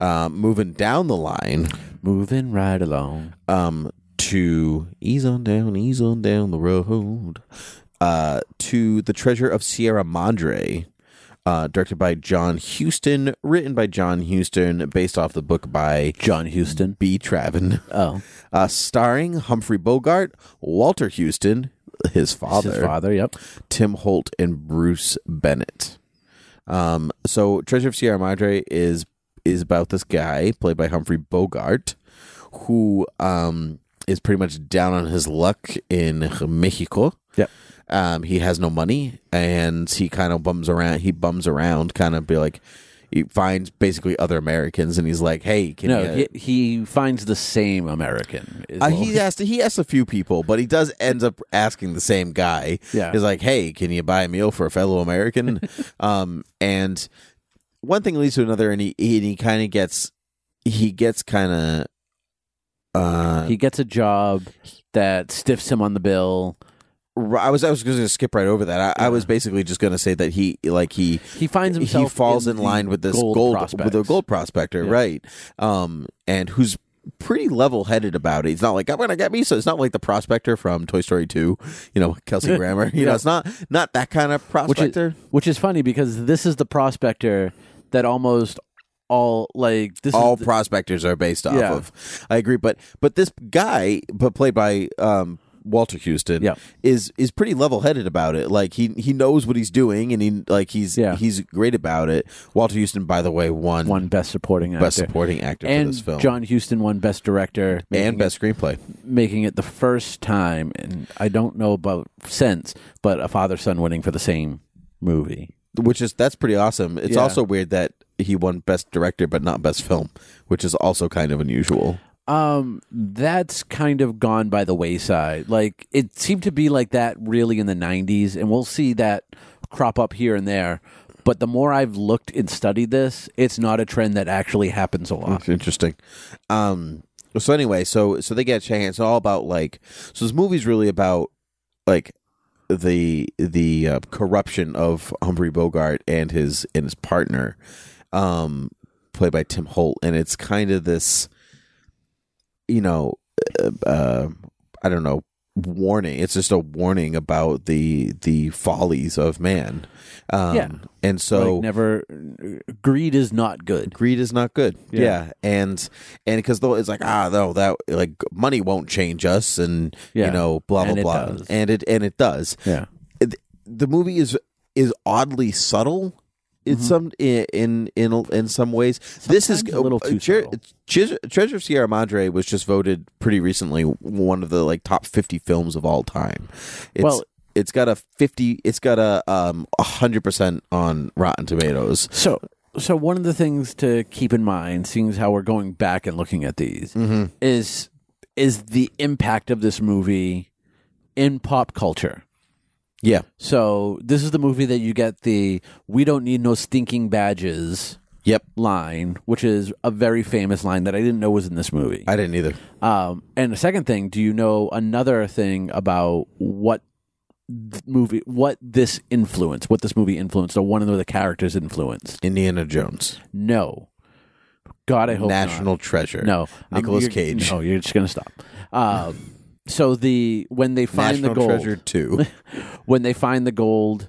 Speaker 2: Um, moving down the line
Speaker 3: Moving right along.
Speaker 2: um, to ease on down, ease on down the road uh, to the treasure of Sierra Madre. Uh, directed by John Huston, written by John Huston, based off the book by
Speaker 3: John Houston.
Speaker 2: B. Travin,
Speaker 3: Oh,
Speaker 2: uh, starring Humphrey Bogart, Walter Houston, his
Speaker 3: it's
Speaker 2: father,
Speaker 3: his father. Yep.
Speaker 2: Tim Holt, and Bruce Bennett. Um, so, Treasure of Sierra Madre is is about this guy played by Humphrey Bogart, who um, is pretty much down on his luck in Mexico.
Speaker 3: Yep.
Speaker 2: Um, he has no money, and he kind of bums around. He bums around, kind of be like. He finds basically other Americans, and he's like, "Hey, can
Speaker 3: No,
Speaker 2: you,
Speaker 3: he, he finds the same American. is
Speaker 2: uh,
Speaker 3: what-
Speaker 2: *laughs* he asked. He asked a few people, but he does end up asking the same guy.
Speaker 3: Yeah. *laughs*
Speaker 2: he's like, "Hey, can you buy a meal for a fellow American?" um, and one thing leads to another, and he and he kind of gets he gets kind of uh
Speaker 3: He gets a job that stiffs him on the bill.
Speaker 2: r- I was I was going to skip right over that. I, I was basically just going to say that he like he
Speaker 3: He finds himself
Speaker 2: he falls in,
Speaker 3: the
Speaker 2: line with this
Speaker 3: gold,
Speaker 2: gold, with a
Speaker 3: prospects.
Speaker 2: gold prospector,
Speaker 3: Yeah.
Speaker 2: right? Um, and who's pretty level headed about it. It's not like I'm gonna get me. So it's not like the prospector from Toy Story Two, you know,
Speaker 3: *laughs*
Speaker 2: Kelsey Grammer. You know,
Speaker 3: Yeah.
Speaker 2: it's not not that kind of
Speaker 3: which
Speaker 2: prospector.
Speaker 3: is, which is funny because this is the prospector that almost all like this
Speaker 2: all
Speaker 3: is *laughs* the-
Speaker 2: prospectors are based off
Speaker 3: Yeah.
Speaker 2: of. I agree, but but this guy, but played by um, Walter Houston,
Speaker 3: Yeah.
Speaker 2: is is pretty level headed about it. Like he he knows what he's doing, and he like he's
Speaker 3: Yeah.
Speaker 2: he's great about it. Walter Houston, by the way, won,
Speaker 3: one best supporting actor.
Speaker 2: best supporting actor
Speaker 3: and
Speaker 2: for this film
Speaker 3: John Huston won best director making
Speaker 2: and best screenplay.
Speaker 3: it, making it the first time and I don't know about since but a father son winning for the same movie.
Speaker 2: which is that's pretty awesome. It's
Speaker 3: Yeah.
Speaker 2: also weird that he won best director but not best film, which is also kind of unusual.
Speaker 3: Um that's kind of gone by the wayside. Like it seemed to be like that really in the 90s and we'll see that crop up here and there. But the more I've looked and studied this, it's not a trend that actually happens a lot.
Speaker 2: It's interesting. Um so anyway, so so they get a chance. It's all about like so this movie's really about like the the uh, corruption of Humphrey Bogart and his and his partner um played by Tim Holt and it's kind of this you know uh, uh, I don't know warning it's just a warning about the the follies of man um
Speaker 3: Yeah.
Speaker 2: and so
Speaker 3: like never greed is not good.
Speaker 2: greed is not good yeah,
Speaker 3: Yeah.
Speaker 2: and and because though it's like ah no that like money won't change us and you
Speaker 3: Yeah.
Speaker 2: know blah blah
Speaker 3: And it
Speaker 2: blah
Speaker 3: does.
Speaker 2: and it and it does
Speaker 3: Yeah.
Speaker 2: the movie is is oddly subtle in some in in in, in some ways this is
Speaker 3: Mm-hmm.
Speaker 2: uh,
Speaker 3: Sometimes a little too
Speaker 2: Tre-
Speaker 3: subtle.
Speaker 2: Tre- treasure of sierra madre was just voted pretty recently one of the like top 50 films of all time it's,
Speaker 3: Well-
Speaker 2: it's got a 50 it's got a um 100% on rotten tomatoes
Speaker 3: So, so one of the things to keep in mind, seeing as how we're going back and looking at these, is is the impact of this movie in pop culture.
Speaker 2: yeah
Speaker 3: So this is the movie that you get the "We don't need no stinking badges"
Speaker 2: yep
Speaker 3: line, which is a very famous line that I didn't know was in this movie.
Speaker 2: i didn't either
Speaker 3: Um, and the second thing, do you know another thing about what th- movie, what this influenced, what this movie influenced, or one of the characters influenced?
Speaker 2: Indiana Jones,
Speaker 3: No. God, I hope not.
Speaker 2: National Treasure.
Speaker 3: No, I'm-
Speaker 2: Nicolas
Speaker 3: you're-
Speaker 2: Cage.
Speaker 3: No, you're just gonna stop. Um, so the when they find
Speaker 2: National
Speaker 3: the gold,
Speaker 2: Treasure
Speaker 3: *laughs*
Speaker 2: Two.
Speaker 3: when they find the gold.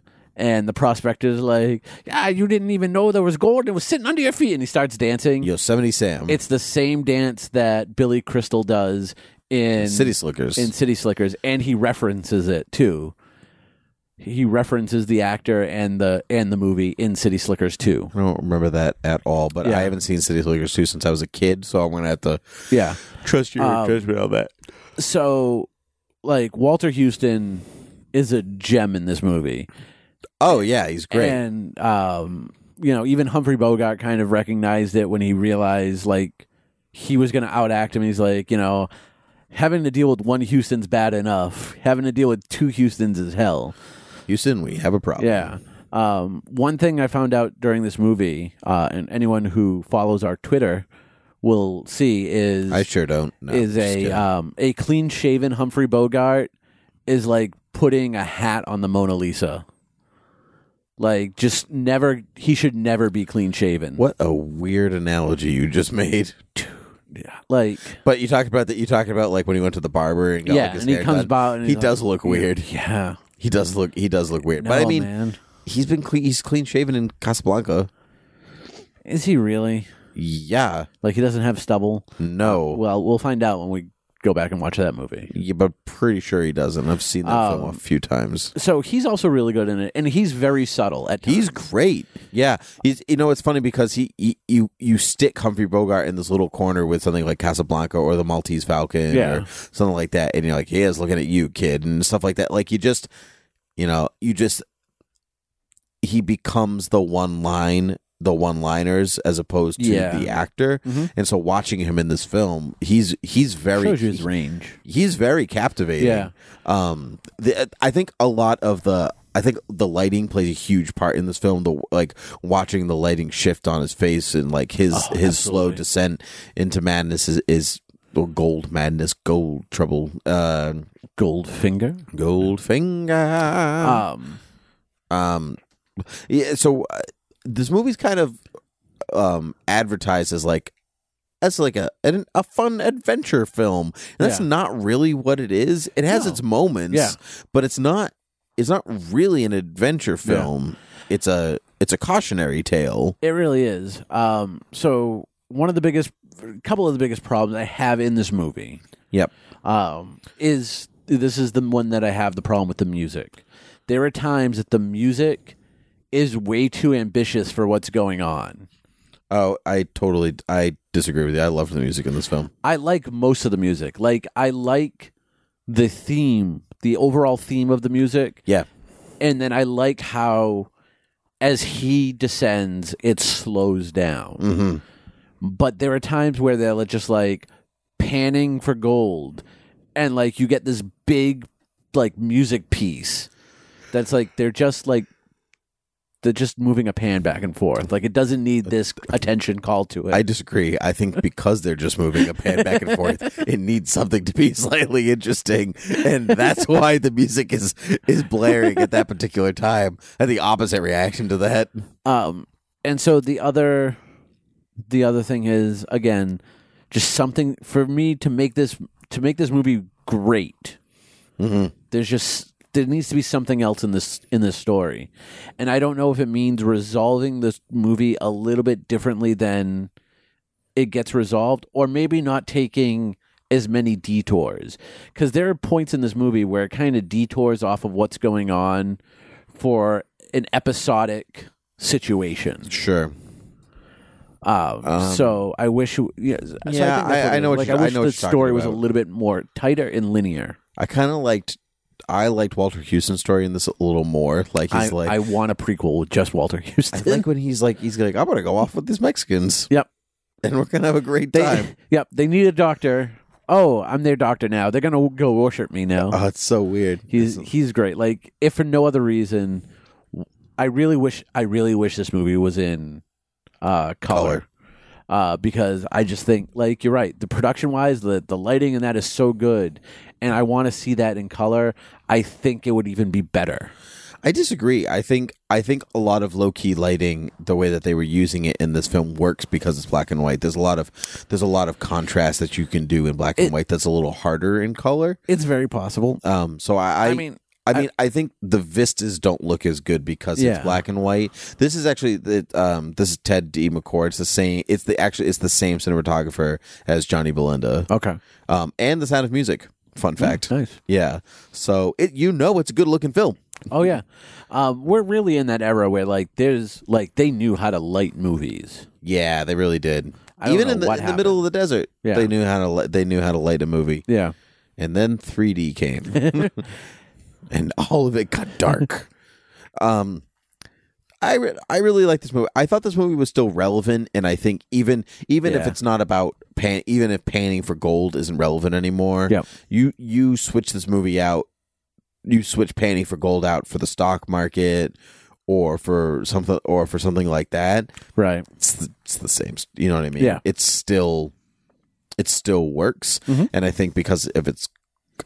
Speaker 3: And the prospector's like, ah, you didn't even know there was gold. It was sitting under your feet. And he starts dancing.
Speaker 2: Yosemite Sam.
Speaker 3: It's the same dance that Billy Crystal does in
Speaker 2: City Slickers.
Speaker 3: in City Slickers, and he references it too. He references the actor and the and the movie in City Slickers too.
Speaker 2: I don't remember that at all, but
Speaker 3: Yeah.
Speaker 2: I haven't seen City Slickers two since I was a kid, so I'm gonna have to
Speaker 3: Yeah.
Speaker 2: trust your
Speaker 3: Um,
Speaker 2: judgment on that.
Speaker 3: So, like Walter Houston is a gem in this movie,
Speaker 2: Oh yeah, he's great.
Speaker 3: and um, you know even Humphrey Bogart kind of recognized it when he realized like he was going to outact him. He's like, you know, having to deal with one Houston's bad enough. Having to deal with two Houstons is hell.
Speaker 2: Houston, we have a problem.
Speaker 3: Yeah. Um, one thing I found out during this movie, uh, and anyone who follows our Twitter will see is
Speaker 2: I sure don't. No,
Speaker 3: is
Speaker 2: Oh, just
Speaker 3: a
Speaker 2: kidding.
Speaker 3: um, a clean shaven Humphrey Bogart is like putting a hat on the Mona Lisa. Like just never he should never be clean shaven.
Speaker 2: what a weird analogy you just made.
Speaker 3: Like
Speaker 2: But you talked about that. You talked about like when he went to the barber and got
Speaker 3: Yeah,
Speaker 2: like, his
Speaker 3: and he
Speaker 2: hair
Speaker 3: comes
Speaker 2: done.
Speaker 3: by and
Speaker 2: he
Speaker 3: he's like-
Speaker 2: does look weird.
Speaker 3: yeah.
Speaker 2: He does look. He does look weird.
Speaker 3: No,
Speaker 2: but I mean,
Speaker 3: man.
Speaker 2: he's been clean. He's clean shaven in Casablanca.
Speaker 3: Is he really?
Speaker 2: Yeah.
Speaker 3: Like he doesn't have stubble?
Speaker 2: No.
Speaker 3: Well, we'll find out when we go back and watch that movie.
Speaker 2: Yeah, but pretty sure he doesn't. I've seen that film a few times.
Speaker 3: so he's also really good in it, and he's very subtle at times.
Speaker 2: He's great. Yeah, he's. You know, it's funny because he, he you you stick Humphrey Bogart in this little corner with something like Casablanca or the Maltese Falcon
Speaker 3: Yeah.
Speaker 2: or something like that, and you're like, he is looking at you, kid, and stuff like that. Like you just, you know, you just he becomes the one line, the one liners as opposed to
Speaker 3: Yeah. Mm-hmm.
Speaker 2: the actor. And so watching him in this film, he's he's very
Speaker 3: shows you his range.
Speaker 2: he's very captivating.
Speaker 3: Yeah.
Speaker 2: Um, the, I think a lot of the I think the lighting plays a huge part in this film. The like watching the lighting shift on his face and like his
Speaker 3: Oh,
Speaker 2: his slow
Speaker 3: absolutely.
Speaker 2: descent into madness is is or gold madness, gold trouble, uh,
Speaker 3: Goldfinger.
Speaker 2: gold finger.
Speaker 3: Um,
Speaker 2: um, yeah. So uh, this movie's kind of um advertised as like as like a an, a fun adventure film. And that's
Speaker 3: Yeah.
Speaker 2: not really what it is. It has
Speaker 3: No.
Speaker 2: its moments,
Speaker 3: Yeah.
Speaker 2: but it's not it's not really an adventure film. It's a it's a cautionary tale.
Speaker 3: It really is. Um, so one of the biggest, couple of the biggest problems I have in this movie,
Speaker 2: Yep.
Speaker 3: um, is this is the one that I have the problem with the music. There are times that the music is way too ambitious for what's going on.
Speaker 2: Oh, I totally I disagree with you. I love the music in this film.
Speaker 3: I like most of the music. Like I like the theme, the overall theme of the music,
Speaker 2: Yeah.
Speaker 3: and then I like how as he descends, it slows down.
Speaker 2: Mm-hmm.
Speaker 3: but there are times where they're like- just like panning for gold and like you get this big like music piece that's like they're just like they're just moving a pan back and forth like it doesn't need this attention call to it
Speaker 2: I disagree. I think because they're just moving a pan back and forth, it needs something to be *laughs* slightly interesting, and that's why the music is is blaring at that particular time. And the opposite reaction to that.
Speaker 3: um and so the other the other thing is again just something for me to make this to make this movie great there's just there needs to be something else in this in this story and i don't know if it means resolving this movie a little bit differently than it gets resolved or maybe not taking as many detours because there are points in this movie where it kind of detours off of what's going on for an episodic situation
Speaker 2: Sure.
Speaker 3: um, so i wish yeah, so I, think
Speaker 2: Yeah,
Speaker 3: that's
Speaker 2: I-
Speaker 3: it
Speaker 2: I
Speaker 3: is.
Speaker 2: know what
Speaker 3: like
Speaker 2: you-
Speaker 3: i
Speaker 2: I
Speaker 3: wish
Speaker 2: know what you're
Speaker 3: the
Speaker 2: talking
Speaker 3: story was a
Speaker 2: about.
Speaker 3: little bit more tighter and linear
Speaker 2: I kind of liked. I liked Walter Houston's story in this a little more. Like
Speaker 3: I,
Speaker 2: he's like,
Speaker 3: I
Speaker 2: I,
Speaker 3: want a prequel with just walter houston
Speaker 2: like when he's like, he's like, I'm gonna go off with these Mexicans.
Speaker 3: Yep.
Speaker 2: and we're gonna have a great
Speaker 3: *laughs*
Speaker 2: *laughs*
Speaker 3: They-
Speaker 2: time.
Speaker 3: *laughs* Yep, they need a doctor. Oh, I'm their doctor now. They're gonna go worship me now.
Speaker 2: oh, it's so weird.
Speaker 3: he's he's great. Like if for no other reason, I really wish I really wish this movie was in uh, color.
Speaker 2: Color.
Speaker 3: Uh, because I just think, like you're right, the production wise, the the lighting and that is so good, and I want to see that in color. I think it would even be better.
Speaker 2: I disagree. I think I think a lot of low key lighting, the way that they were using it in this film, works because it's black and white. There's a lot of there's a lot of contrast that you can do in black and white that's a little harder in color.
Speaker 3: It's very possible.
Speaker 2: Um, so I, I,
Speaker 3: I
Speaker 2: mean.
Speaker 3: mean,
Speaker 2: I mean, I, think the vistas don't look as good because
Speaker 3: Yeah.
Speaker 2: it's black and white. This is actually the um, this is Ted D. McCord. It's the same. It's the actually it's the same cinematographer as Johnny Belinda,
Speaker 3: Okay,
Speaker 2: um, and The Sound of Music. Fun fact.
Speaker 3: nice.
Speaker 2: Yeah. So it you know it's a good looking film.
Speaker 3: Oh yeah, um, we're really in that era where like there's like they knew how to light movies.
Speaker 2: Yeah, they really did.
Speaker 3: I don't
Speaker 2: Even
Speaker 3: know
Speaker 2: in the
Speaker 3: what
Speaker 2: in the middle of the desert,
Speaker 3: Yeah.
Speaker 2: they knew how to li- they knew how to light a movie,
Speaker 3: Yeah,
Speaker 2: and then 3D came,
Speaker 3: *laughs*
Speaker 2: and all of it got dark. um, I re- I really like this movie. I thought this movie was still relevant, and I think even even if
Speaker 3: Yeah.
Speaker 2: it's not about pan, even if panning for gold isn't relevant anymore,
Speaker 3: Yep.
Speaker 2: you you switch this movie out, you switch panning for gold out for the stock market. Or for something, or for something like that,
Speaker 3: right.
Speaker 2: it's the, it's the same. s- You know what I mean?
Speaker 3: Yeah.
Speaker 2: It's still, it still works,
Speaker 3: Mhm.
Speaker 2: and I think because if it's,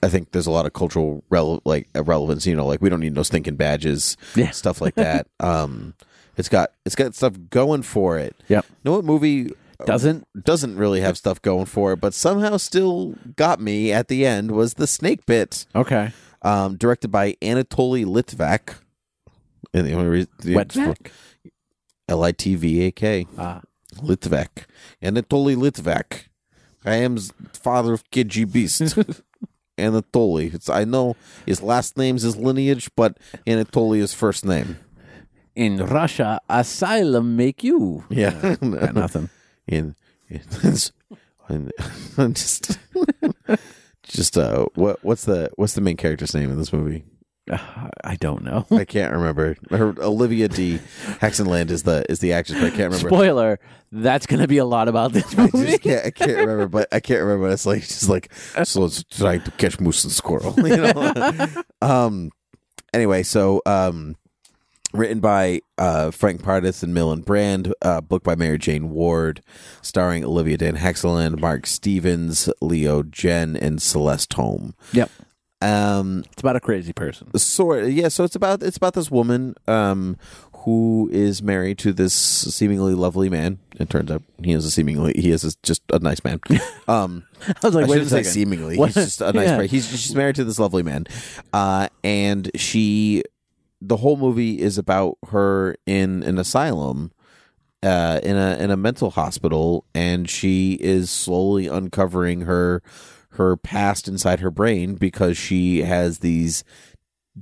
Speaker 2: I think there's a lot of cultural rele- like uh, relevance. You know, like we don't need no stinking badges,
Speaker 3: Yeah.
Speaker 2: stuff like
Speaker 3: *laughs*
Speaker 2: that. um, it's got it's got stuff going for it.
Speaker 3: Yep.
Speaker 2: You know what movie
Speaker 3: Uh,
Speaker 2: uh,
Speaker 3: Doesn't
Speaker 2: doesn't really have stuff going for it, but somehow still got me at the end was the Snake Bit,
Speaker 3: okay.
Speaker 2: um, directed by Anatoly Litvak. And the only reason
Speaker 3: Wetback.
Speaker 2: L I T V A K.
Speaker 3: Ah.
Speaker 2: Litvak. Anatoly Litvak. I am s- father of KG Beast. Anatoly. It's, I know his last name's his lineage, but Anatoly is first name.
Speaker 3: In Russia, asylum make you.
Speaker 2: *laughs* Yeah.
Speaker 3: Got nothing.
Speaker 2: in, in, in- I'm just just uh what what's the what's the main character's name in this movie?
Speaker 3: Ah, I don't *laughs* know.
Speaker 2: I can't remember. Her, Olivia D. Hexenland is the is the actress, but I can't remember.
Speaker 3: Spoiler: That's going to be a lot about
Speaker 2: *laughs*
Speaker 3: this
Speaker 2: I
Speaker 3: movie. *laughs*
Speaker 2: just can't. I can't remember, but I can't remember. What it's *laughs* like just like so. It's trying to catch moose and squirrel. You know. um. Anyway, so um, written by uh, Frank Pardis and Millen Brand, uh, book by Mary Jane Ward, starring Olivia Dan Hexeland, Mark Stevens, Leo Jen, and Celeste Holm.
Speaker 3: Yep.
Speaker 2: Um,
Speaker 3: It's about a crazy
Speaker 2: *laughs*
Speaker 3: person.
Speaker 2: sort yeah so it's about it's about this woman um who is married to this seemingly lovely man it turns out he is a seemingly he is a, just a nice man *laughs* um
Speaker 3: I was like,
Speaker 2: I
Speaker 3: wait a
Speaker 2: shouldn't say
Speaker 3: second.
Speaker 2: seemingly
Speaker 3: What?
Speaker 2: he's just a nice
Speaker 3: Yeah.
Speaker 2: man he's she's married to this lovely man uh and she the whole movie is about her in an asylum uh, in a in a mental hospital, and she is slowly uncovering her her past inside her brain because she has these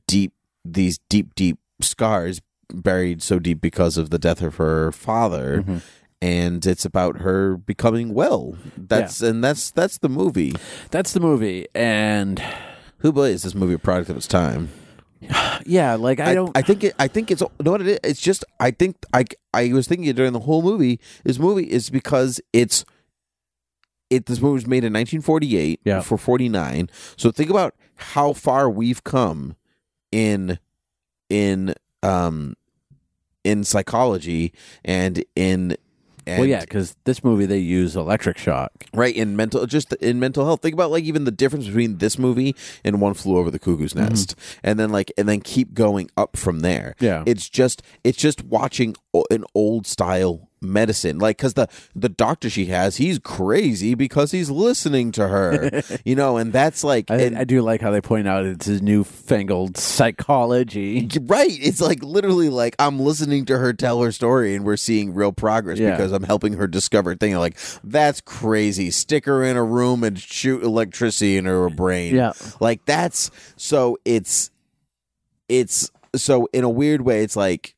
Speaker 2: deep these deep deep scars buried so deep because of the death of her father.
Speaker 3: Mhm.
Speaker 2: And it's about her becoming well. That's and that's that's the movie.
Speaker 3: That's the movie, and
Speaker 2: Who believes this movie a product of its time?
Speaker 3: yeah, like I, don't.
Speaker 2: I think. It, I think it's. No, what it is? It's just. I think. I. I was thinking it during the whole movie. This movie is because it's. It. This movie was made in 1948.
Speaker 3: Yeah.
Speaker 2: For 49. So think about how far we've come, in, in um, in psychology and in. And,
Speaker 3: well, yeah, because this movie they use electric shock.
Speaker 2: right in mental just in mental health think about like even the difference between this movie and one flew over the cuckoo's
Speaker 3: Mm-hmm.
Speaker 2: nest and then like and then keep going up from there
Speaker 3: Yeah.
Speaker 2: it's just it's just watching o- an old style medicine like because the the doctor she has he's crazy because he's listening to
Speaker 3: *laughs*
Speaker 2: her you know and that's like
Speaker 3: I,
Speaker 2: and-
Speaker 3: I do like how they point out it's his newfangled psychology.
Speaker 2: Right. It's like literally like I'm listening to her tell her story and we're seeing real progress
Speaker 3: Yeah.
Speaker 2: because I'm helping her discover things. Like, that's crazy. Stick her in a room and shoot electricity in her brain.
Speaker 3: Yeah.
Speaker 2: Like that's so it's it's so in a weird way, it's like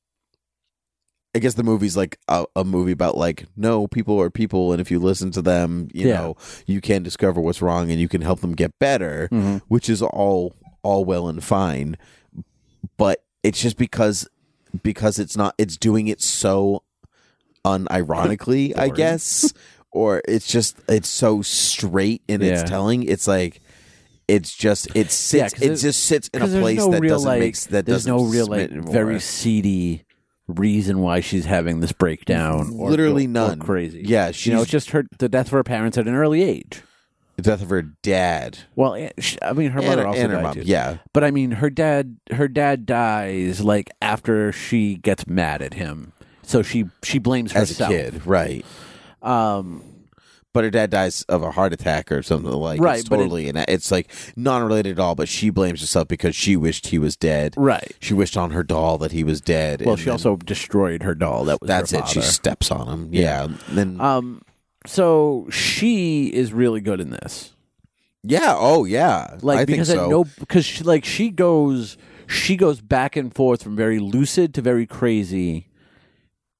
Speaker 2: I guess the movie's like a, a movie about like no people are people and if you listen to them, you
Speaker 3: Yeah.
Speaker 2: know, you can discover what's wrong and you can help them get better
Speaker 3: Mhm.
Speaker 2: which is all all well and fine but it's just because because it's not it's doing it so unironically i
Speaker 3: Boring. *laughs*
Speaker 2: guess or it's just it's so straight in its
Speaker 3: Yeah.
Speaker 2: telling it's like it's just it sits
Speaker 3: 'cause
Speaker 2: it
Speaker 3: it-
Speaker 2: just sits in a
Speaker 3: 'Cause there's
Speaker 2: place
Speaker 3: no
Speaker 2: that
Speaker 3: real,
Speaker 2: doesn't
Speaker 3: like,
Speaker 2: make s- that
Speaker 3: there's
Speaker 2: doesn't
Speaker 3: no real
Speaker 2: submit
Speaker 3: like
Speaker 2: anymore.
Speaker 3: very seedy reason why she's having this breakdown. Or
Speaker 2: Literally
Speaker 3: go- or
Speaker 2: none.
Speaker 3: crazy.
Speaker 2: yeah
Speaker 3: you
Speaker 2: she's
Speaker 3: know, it's just her the death of her parents at an early age.
Speaker 2: the death of her dad
Speaker 3: Well, eh, sh- I mean, her
Speaker 2: and,
Speaker 3: mother
Speaker 2: her-
Speaker 3: also
Speaker 2: and her
Speaker 3: died
Speaker 2: mom
Speaker 3: too.
Speaker 2: yeah
Speaker 3: But I mean, her dad, her dad dies like after she gets mad at him, so she she blames
Speaker 2: as
Speaker 3: herself.
Speaker 2: a kid right
Speaker 3: Um,
Speaker 2: but her dad dies of a heart attack or something like
Speaker 3: Right,
Speaker 2: it's
Speaker 3: but it-
Speaker 2: totally and it's like non related at all but she blames herself because she wished he was dead
Speaker 3: right.
Speaker 2: she wished on her doll that he was dead
Speaker 3: Well,
Speaker 2: and
Speaker 3: she
Speaker 2: then-
Speaker 3: also destroyed her doll. That was
Speaker 2: that's
Speaker 3: her
Speaker 2: it she
Speaker 3: father.
Speaker 2: steps on him yeah, then
Speaker 3: Um, so she is really good in this.
Speaker 2: yeah oh yeah
Speaker 3: like
Speaker 2: I
Speaker 3: because
Speaker 2: think so.
Speaker 3: at no because she, like she goes she goes back and forth from very lucid to very crazy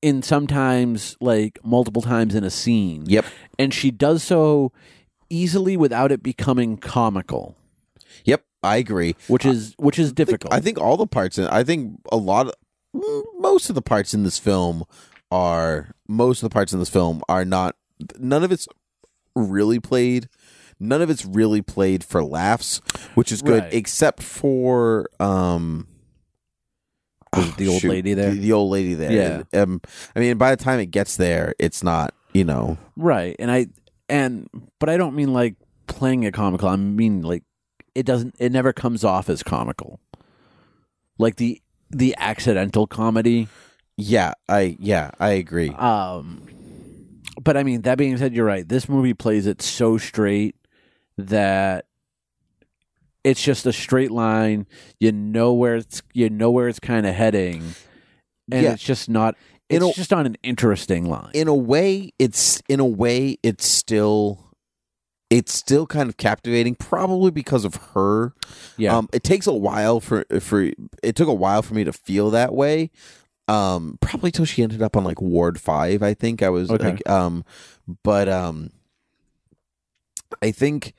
Speaker 3: in sometimes like multiple times in a scene
Speaker 2: yep
Speaker 3: and she does so easily without it becoming comical
Speaker 2: yep I agree
Speaker 3: which is which is
Speaker 2: I think,
Speaker 3: difficult
Speaker 2: I think all the parts in I think a lot of mm, most of the parts in this film are most of the parts in this film are not none of it's really played none of it's really played for laughs which is good
Speaker 3: Right.
Speaker 2: except for um
Speaker 3: The- the old
Speaker 2: shoot,
Speaker 3: lady there?
Speaker 2: the, the old lady there yeah um I mean by the time it gets there it's not you know
Speaker 3: right and i and but i don't mean like playing it comical i mean like it doesn't it never comes off as comical like the the accidental comedy
Speaker 2: yeah I yeah I agree
Speaker 3: Um, but I mean, that being said, you're right. This movie plays it so straight that it's just a straight line. You know where it's you know where it's kind of heading, and
Speaker 2: Yeah.
Speaker 3: it's just not.
Speaker 2: In
Speaker 3: It's
Speaker 2: a-
Speaker 3: just not an interesting line.
Speaker 2: in a way it's in a way it's still it's still kind of captivating probably because of her
Speaker 3: yeah,
Speaker 2: um it takes a while for for it took a while for me to feel that way um probably till she ended up on like ward 5 i think i was
Speaker 3: Okay.
Speaker 2: like um but um i think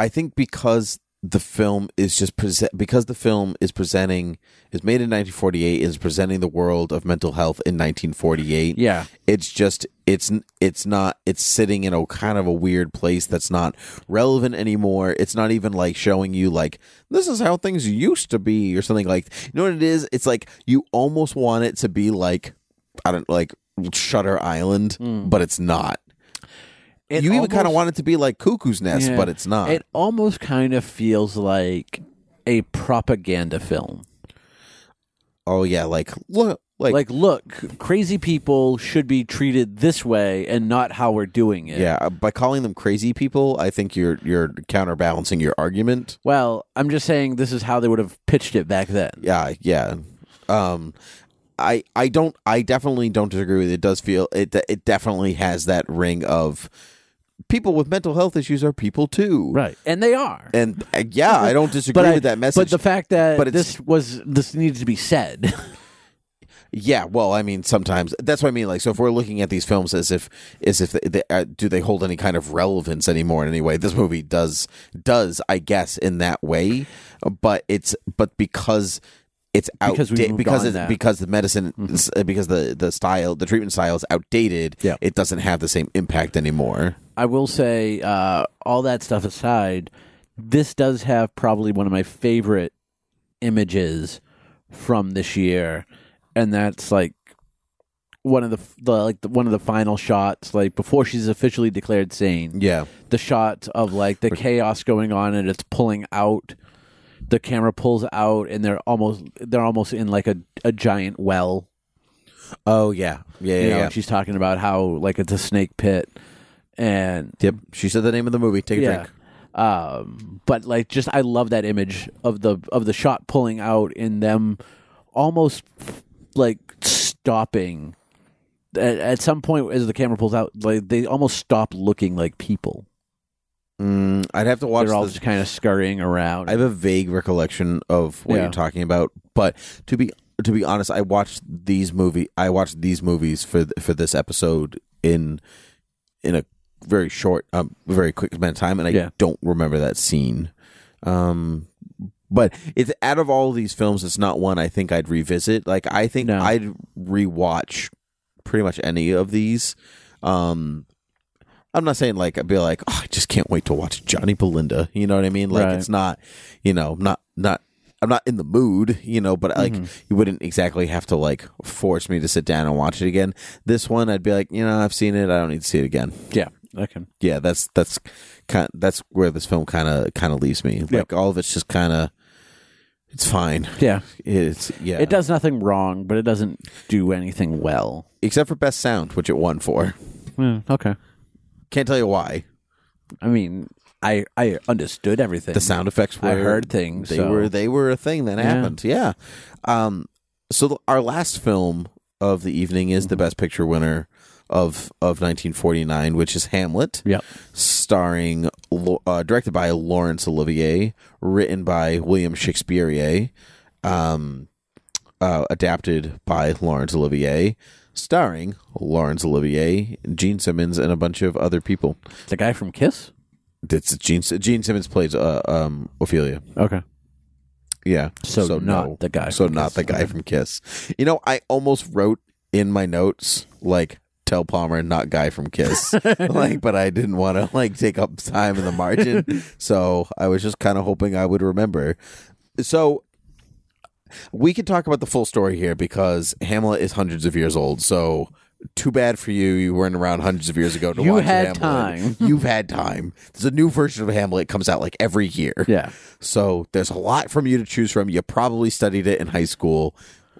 Speaker 2: i think because the film is just present because the film is presenting is made in 1948 is presenting the world of mental health in 1948
Speaker 3: Yeah.
Speaker 2: it's just it's it's not it's sitting in a kind of a weird place that's not relevant anymore it's not even like showing you like this is how things used to be or something like you know what it is it's like you almost want it to be like i don't like shutter island but it's not
Speaker 3: Mm. It
Speaker 2: you even kind of
Speaker 3: almost-
Speaker 2: want it to be like cuckoo's nest
Speaker 3: Yeah.
Speaker 2: but it's not
Speaker 3: It almost kind of feels like a propaganda film.
Speaker 2: oh yeah like look like,
Speaker 3: Like, look, crazy people should be treated this way and not how we're doing it.
Speaker 2: yeah by calling them crazy people i think you're you're counterbalancing your argument
Speaker 3: Well, I'm just saying this is how they would have pitched it back then.
Speaker 2: yeah yeah um i i don't i definitely don't disagree with it. it does feel it it definitely has that ring of people with mental health issues are people too
Speaker 3: Right. And they are.
Speaker 2: and uh, yeah i don't disagree
Speaker 3: *laughs* but I-
Speaker 2: with that message
Speaker 3: But the fact that
Speaker 2: But it's-
Speaker 3: this was this needs to be said. *laughs*
Speaker 2: yeah well i mean sometimes that's what i mean like so if we're looking at these films as if as if they, they, uh, do they hold any kind of relevance anymore in any way this movie does does i guess in that way but it's but because it's
Speaker 3: Because we
Speaker 2: outdated
Speaker 3: moved
Speaker 2: because
Speaker 3: on
Speaker 2: it's,
Speaker 3: that.
Speaker 2: because the medicine uh, because the the style the treatment style is outdated
Speaker 3: Yeah.
Speaker 2: it doesn't have the same impact anymore
Speaker 3: I will say, uh, all that stuff aside, this does have probably one of my favorite images from this year, and that's like one of the, the like the, one of the final shots, like before she's officially declared sane.
Speaker 2: yeah
Speaker 3: The shot of like the chaos going on, and it's pulling out. The camera pulls out, and they're almost they're almost in like a a giant well
Speaker 2: oh yeah yeah yeah,
Speaker 3: you know,
Speaker 2: yeah.
Speaker 3: and she's talking about how like it's a snake pit and
Speaker 2: yep she said the name of the movie take a
Speaker 3: yeah
Speaker 2: drink
Speaker 3: um but like just i love that image of the of the shot pulling out and them almost like stopping at, at some point as the camera pulls out like they almost stop looking like people
Speaker 2: mm, i'd have to watch
Speaker 3: they're all
Speaker 2: this
Speaker 3: just kind of scurrying around
Speaker 2: I have a vague recollection of what
Speaker 3: Yeah.
Speaker 2: you're talking about, but to be to be honest, I watched these movie I watched these movies for th- for this episode in in a very short, um, very quick amount of time, and I
Speaker 3: Yeah.
Speaker 2: don't remember that scene. Um, but it's out of all these films, it's not one I think I'd revisit. Like I think
Speaker 3: No.
Speaker 2: I'd rewatch pretty much any of these. Um, I'm not saying like I'd be like, oh, I just can't wait to watch Johnny Belinda. You know what I mean? Like
Speaker 3: Right.
Speaker 2: it's not, you know, not not. I'm not in the mood, you know, but
Speaker 3: Mm-hmm.
Speaker 2: like you wouldn't exactly have to like force me to sit down and watch it again. This one, I'd be like, you know, I've seen it. I don't need to see it again
Speaker 3: yeah okay
Speaker 2: yeah, that's that's kind that's where this film kind of kind of leaves me. Like all of it's just kind of it's fine.
Speaker 3: yeah
Speaker 2: It's yeah.
Speaker 3: it does nothing wrong but it doesn't do anything well
Speaker 2: except for best sound, which it won for.
Speaker 3: okay
Speaker 2: Can't tell you why.
Speaker 3: i mean i i understood everything
Speaker 2: The sound effects were
Speaker 3: I heard things,
Speaker 2: They
Speaker 3: so-
Speaker 2: were they were a thing that
Speaker 3: Yeah.
Speaker 2: happened. Yeah. Um so the, our last film of the evening is the
Speaker 3: Mm-hmm.
Speaker 2: best picture winner of of 1949, which is Hamlet.
Speaker 3: yep
Speaker 2: starring Lo- uh, directed by Laurence Olivier, written by William Shakespeare, um, uh, adapted by Laurence Olivier, starring Laurence Olivier, Gene Simmons, and a bunch of other people.
Speaker 3: the guy from kiss
Speaker 2: That's Gene. Gene Simmons plays uh, um, Ophelia.
Speaker 3: okay
Speaker 2: Yeah.
Speaker 3: So not the guy
Speaker 2: So
Speaker 3: from
Speaker 2: not
Speaker 3: Kiss.
Speaker 2: the guy
Speaker 3: Okay.
Speaker 2: from Kiss. You know, I almost wrote in my notes like tell Palmer not guy from
Speaker 3: *laughs*
Speaker 2: Kiss. like, but I didn't want to like take up time in the
Speaker 3: *laughs*
Speaker 2: margin. so I was just kind of hoping I would remember. So we can talk about the full story here because Hamlet is hundreds of years old. So too bad for you. You weren't around hundreds of years ago to
Speaker 3: You
Speaker 2: watch
Speaker 3: had
Speaker 2: Hamlet.
Speaker 3: time.
Speaker 2: *laughs* You've had time. There's a new version of Hamlet comes out like every year.
Speaker 3: Yeah.
Speaker 2: So there's a lot from you to choose from. You probably studied it in high school.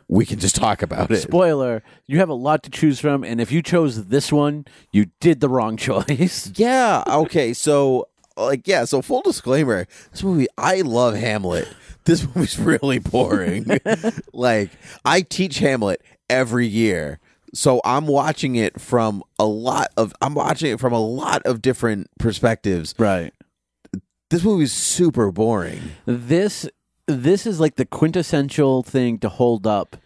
Speaker 2: We can just talk about it.
Speaker 3: Spoiler, you have a lot to choose from, and if you chose this one, you did the wrong *laughs* choice.
Speaker 2: Yeah. Okay. So, like, yeah. So, full disclaimer: this movie, I love Hamlet. This movie's *laughs* really boring. *laughs* like, I teach Hamlet every year, so I'm watching it from a lot of I'm watching it from a lot of different perspectives.
Speaker 3: Right.
Speaker 2: This movie's super boring.
Speaker 3: This this is like the quintessential thing to hold up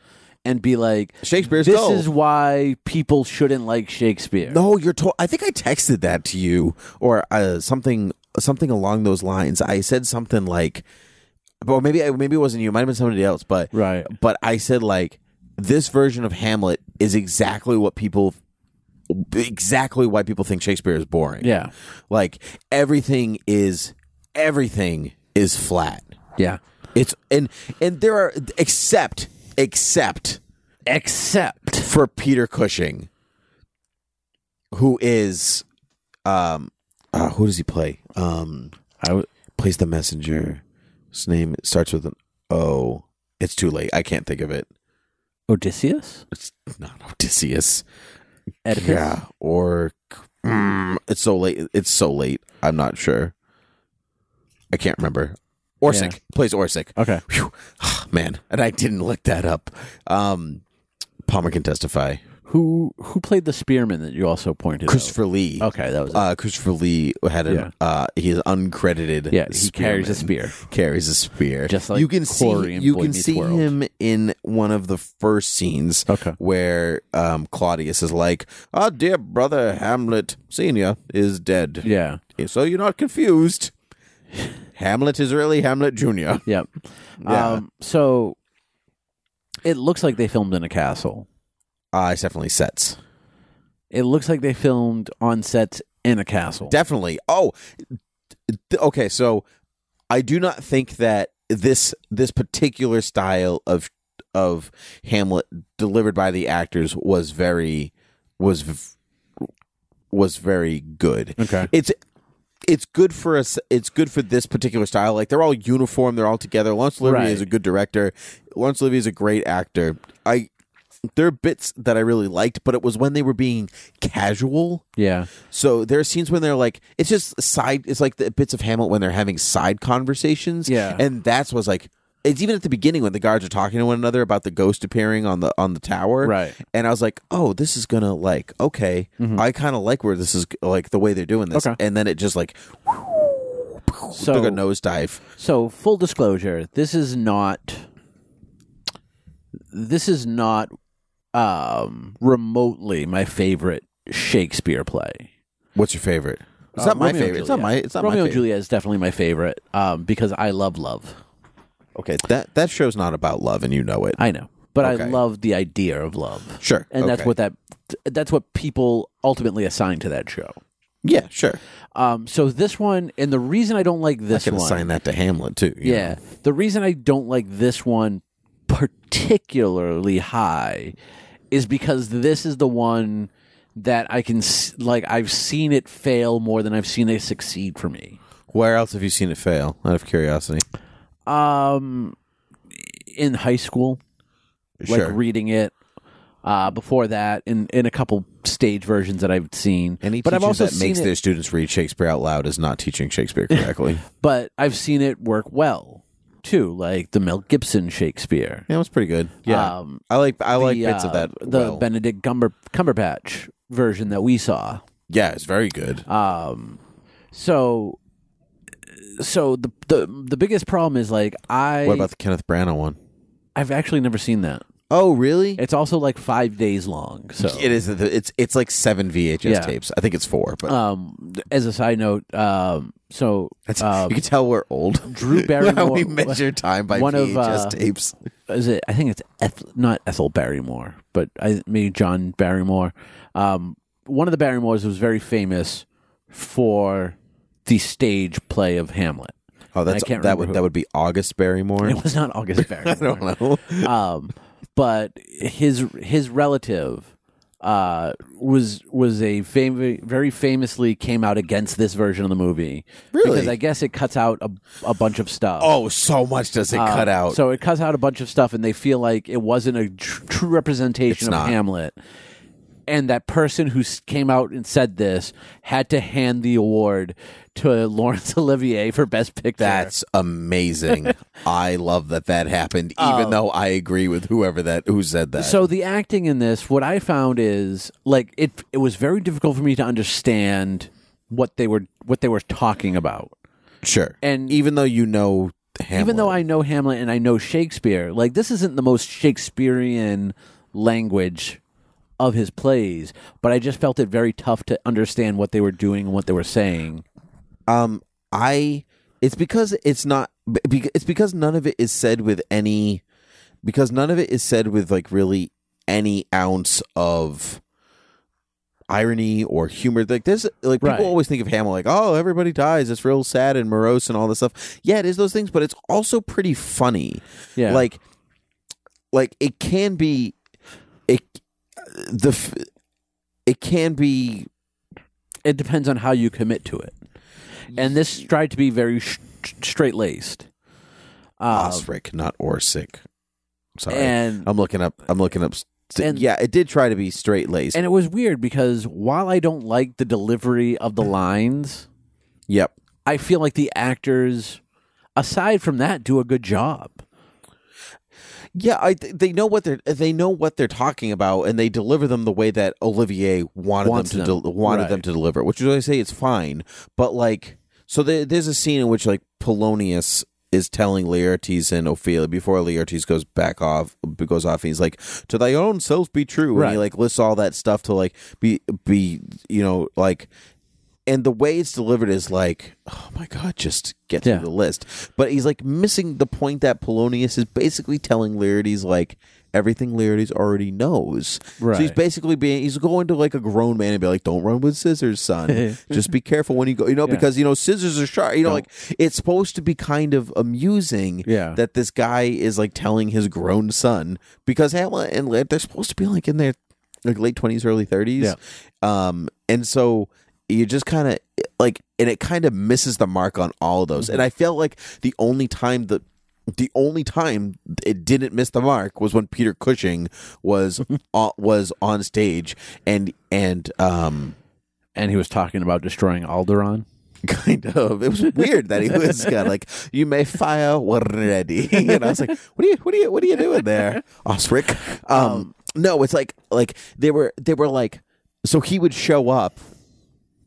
Speaker 3: and be like
Speaker 2: Shakespeare's
Speaker 3: this
Speaker 2: dull.
Speaker 3: is why people shouldn't like Shakespeare.
Speaker 2: No, you're told. I think I texted that to you or uh, something something along those lines. I said something like, or maybe I- maybe it wasn't you. It might have been somebody else. But
Speaker 3: Right.
Speaker 2: But I said like this version of Hamlet is exactly what people, exactly why people think Shakespeare is boring.
Speaker 3: Yeah.
Speaker 2: Like everything is everything is flat.
Speaker 3: Yeah.
Speaker 2: It's and and there are except except
Speaker 3: Except
Speaker 2: for Peter Cushing, who is, um, uh, who does he play? Um,
Speaker 3: I w-
Speaker 2: plays the messenger. His name starts with an O. It's too late. I can't think of it.
Speaker 3: Odysseus?
Speaker 2: It's not Odysseus.
Speaker 3: Oedipus?
Speaker 2: Yeah, or mm, it's so late. It's so late. I'm not sure. I can't remember. Orsic plays Orsic.
Speaker 3: Okay.
Speaker 2: Phew. Ah, Man, and I didn't look that up. Um, Palmer can testify.
Speaker 3: Who who played the spearman that you also pointed
Speaker 2: Christopher Lee.
Speaker 3: out? Okay, that was it.
Speaker 2: uh, Christopher Lee had an
Speaker 3: Yeah.
Speaker 2: uh, he is uncredited.
Speaker 3: Yeah, he carries a
Speaker 2: spearman.
Speaker 3: spear.
Speaker 2: Carries a spear.
Speaker 3: Just like
Speaker 2: you can
Speaker 3: Corey
Speaker 2: see
Speaker 3: in
Speaker 2: you
Speaker 3: Boy
Speaker 2: can
Speaker 3: Meets
Speaker 2: see
Speaker 3: World.
Speaker 2: him in one of the first scenes.
Speaker 3: Okay.
Speaker 2: where um, Claudius is like, "Our dear brother Hamlet Senior is dead."
Speaker 3: yeah.
Speaker 2: So you're not confused. Hamlet is really Hamlet Junior.
Speaker 3: Yep.
Speaker 2: Yeah.
Speaker 3: Um, so it looks like they filmed in a castle.
Speaker 2: Uh, it's definitely sets.
Speaker 3: It looks like they filmed on sets in a castle.
Speaker 2: Definitely. Oh, th- okay. So I do not think that this this particular style of of Hamlet delivered by the actors was very was v- was very good.
Speaker 3: Okay.
Speaker 2: It's it's good for us. It's good for this particular style. Like they're all uniform. They're all together. Lawrence Olivier
Speaker 3: Right.
Speaker 2: is a good director. Lawrence Olivier is a great actor. I there are bits that I really liked, but it was when they were being casual.
Speaker 3: yeah.
Speaker 2: So there are scenes when they're like, it's just side. It's like the bits of Hamlet when they're having side conversations.
Speaker 3: Yeah.
Speaker 2: and that's what's like. It's even at the beginning when the guards are talking to one another about the ghost appearing on the on the tower.
Speaker 3: Right. Mm-hmm.
Speaker 2: And I was like, oh, this is gonna like okay. I kind of like where this is like the way they're doing this.
Speaker 3: Okay.
Speaker 2: And then it just like
Speaker 3: So
Speaker 2: took a nosedive.
Speaker 3: So, full disclosure, this is not this is not um remotely my favorite Shakespeare play.
Speaker 2: What's your favorite? It's
Speaker 3: Uh,
Speaker 2: not my
Speaker 3: Romeo and
Speaker 2: favorite. It's not my.
Speaker 3: Juliet.
Speaker 2: It's not
Speaker 3: Romeo
Speaker 2: my
Speaker 3: and
Speaker 2: favorite.
Speaker 3: Juliet is definitely my favorite um because I love love.
Speaker 2: Okay, that that show's not about love, and you know it.
Speaker 3: I know, but I
Speaker 2: Okay.
Speaker 3: love the idea of love.
Speaker 2: Sure,
Speaker 3: And that's
Speaker 2: okay.
Speaker 3: what that that's what people ultimately assign to that show.
Speaker 2: yeah, sure.
Speaker 3: Um so this one and the reason I don't like
Speaker 2: I
Speaker 3: this
Speaker 2: can
Speaker 3: one
Speaker 2: assign that to Hamlet too. you
Speaker 3: Yeah. The reason I don't like this one particularly high is because this is the one that I can s- like I've seen it fail more than I've seen it succeed for me.
Speaker 2: Where else have you seen it fail? Out of curiosity.
Speaker 3: Um in high school, like
Speaker 2: Sure.
Speaker 3: reading it uh, before that, in, in a couple stage versions that I've seen,
Speaker 2: Any
Speaker 3: but I've
Speaker 2: teacher
Speaker 3: also
Speaker 2: that
Speaker 3: seen
Speaker 2: makes
Speaker 3: it,
Speaker 2: their students read Shakespeare out loud is not teaching
Speaker 3: *laughs*
Speaker 2: Shakespeare correctly.
Speaker 3: but I've seen it work well too, like the Mel Gibson Shakespeare.
Speaker 2: yeah, it was pretty good. Yeah,
Speaker 3: Um,
Speaker 2: I like I like
Speaker 3: the,
Speaker 2: bits of
Speaker 3: uh,
Speaker 2: that.
Speaker 3: The
Speaker 2: well.
Speaker 3: Benedict Cumber, Cumberbatch version that we saw.
Speaker 2: yeah, it's very good.
Speaker 3: Um, so, so the the the biggest problem is like I
Speaker 2: what about the Kenneth Branagh one?
Speaker 3: I've actually never seen that.
Speaker 2: Oh, really?
Speaker 3: It's also like five days long. So,
Speaker 2: It is. It's it's like seven VHS
Speaker 3: Yeah.
Speaker 2: tapes. I think it's four, *laughs* but
Speaker 3: um, as a side note, um, so
Speaker 2: that's,
Speaker 3: um,
Speaker 2: you can tell we're old. *laughs*
Speaker 3: Drew
Speaker 2: How
Speaker 3: Barrymore.
Speaker 2: we measure time by
Speaker 3: one of,
Speaker 2: VHS
Speaker 3: uh,
Speaker 2: tapes.
Speaker 3: is it? I think it's Eth- not Ethel Barrymore, but I maybe John Barrymore. Um, one of the Barrymores was very famous for the stage play of Hamlet.
Speaker 2: Oh, that's
Speaker 3: can't
Speaker 2: that
Speaker 3: remember
Speaker 2: would
Speaker 3: who-
Speaker 2: that would be August Barrymore.
Speaker 3: *laughs* It was not August Barrymore.
Speaker 2: *laughs* I don't
Speaker 3: *laughs*
Speaker 2: know.
Speaker 3: Um, but his his relative uh, was was a fam- very famously came out against this version of the movie.
Speaker 2: Really?
Speaker 3: because I guess it cuts out a, a bunch of stuff.
Speaker 2: Oh, so much does it cut
Speaker 3: Um,
Speaker 2: out.
Speaker 3: So it cuts out a bunch of stuff, and they feel like it wasn't a tr- true representation of
Speaker 2: not.
Speaker 3: Hamlet. And that person who s- came out and said this had to hand the award to Laurence *laughs* Olivier for Best Picture.
Speaker 2: That's amazing.
Speaker 3: *laughs*
Speaker 2: I love that that happened, even though I agree with whoever that who said that.
Speaker 3: Oh. so the acting in this, what I found is like it. It was very difficult for me to understand what they were what they were talking about.
Speaker 2: sure,
Speaker 3: and-
Speaker 2: even though you know, Hamlet,
Speaker 3: Even though I know Hamlet and I know Shakespeare, like this isn't the most Shakespearean language of his plays, but I just felt it very tough to understand what they were doing and what they were saying.
Speaker 2: um, I it's because it's not be- be- it's because none of it is said with any because none of it is said with like really any ounce of irony or humor like there's like people
Speaker 3: Right.
Speaker 2: always think of Hamill like oh everybody dies it's real sad and morose and all this stuff yeah it is those things but it's also pretty funny
Speaker 3: Yeah.
Speaker 2: like like it can be it the f- it can be
Speaker 3: it depends on how you commit to it. And this tried to be very sh- straight laced.
Speaker 2: Osric, not Orsic. Sorry,
Speaker 3: Um, and-
Speaker 2: I'm looking up. I'm looking up. st-
Speaker 3: And-
Speaker 2: yeah, it did try to be straight laced.
Speaker 3: And it was weird because while I don't like the delivery of the
Speaker 2: Mm-hmm.
Speaker 3: lines,
Speaker 2: Yep.
Speaker 3: I feel like the actors, aside from that, do a good job.
Speaker 2: Yeah, I, th- they know what they're they know what they're talking about, and they deliver them the way that Olivier wanted
Speaker 3: Wants
Speaker 2: them to
Speaker 3: them.
Speaker 2: del wanted
Speaker 3: Right.
Speaker 2: them to deliver. it, Which is why I say it's fine, but like, so there, there's a scene in which like Polonius is telling Laertes and Ophelia before Laertes goes back off goes off. And he's like, "To thy own self be true," and he
Speaker 3: Right.
Speaker 2: like lists all that stuff to like be be you know like and the way it's delivered is like, oh my god, just get
Speaker 3: Yeah.
Speaker 2: through the list. But he's like missing the point that Polonius is basically telling Laertes like everything Laertes already knows. So he's
Speaker 3: Right.
Speaker 2: basically being he's going to like a grown man and be like, don't run with scissors,
Speaker 3: *laughs*
Speaker 2: son. just be careful when you go, you know,
Speaker 3: Yeah.
Speaker 2: because you know scissors are sharp. You know, like it's supposed to be kind of amusing
Speaker 3: Yeah.
Speaker 2: that this guy is like telling his grown son because Hamlet and Lip, they're supposed to be like in their like late twenties, early thirties.
Speaker 3: Yeah.
Speaker 2: Um, and so you just kind of like, and it kind of misses the mark on all of those. And
Speaker 3: Mm-hmm.
Speaker 2: I felt like the only time that the only time it didn't miss the mark was when Peter Cushing was
Speaker 3: *laughs*
Speaker 2: on, was on stage and and um
Speaker 3: And he was talking about destroying Alderaan.
Speaker 2: *laughs* kind of it was weird that he was kind of like you may fire already *laughs* and i was like what are you what are you what are you doing there osric um, no it's like like they were they were like so he would show up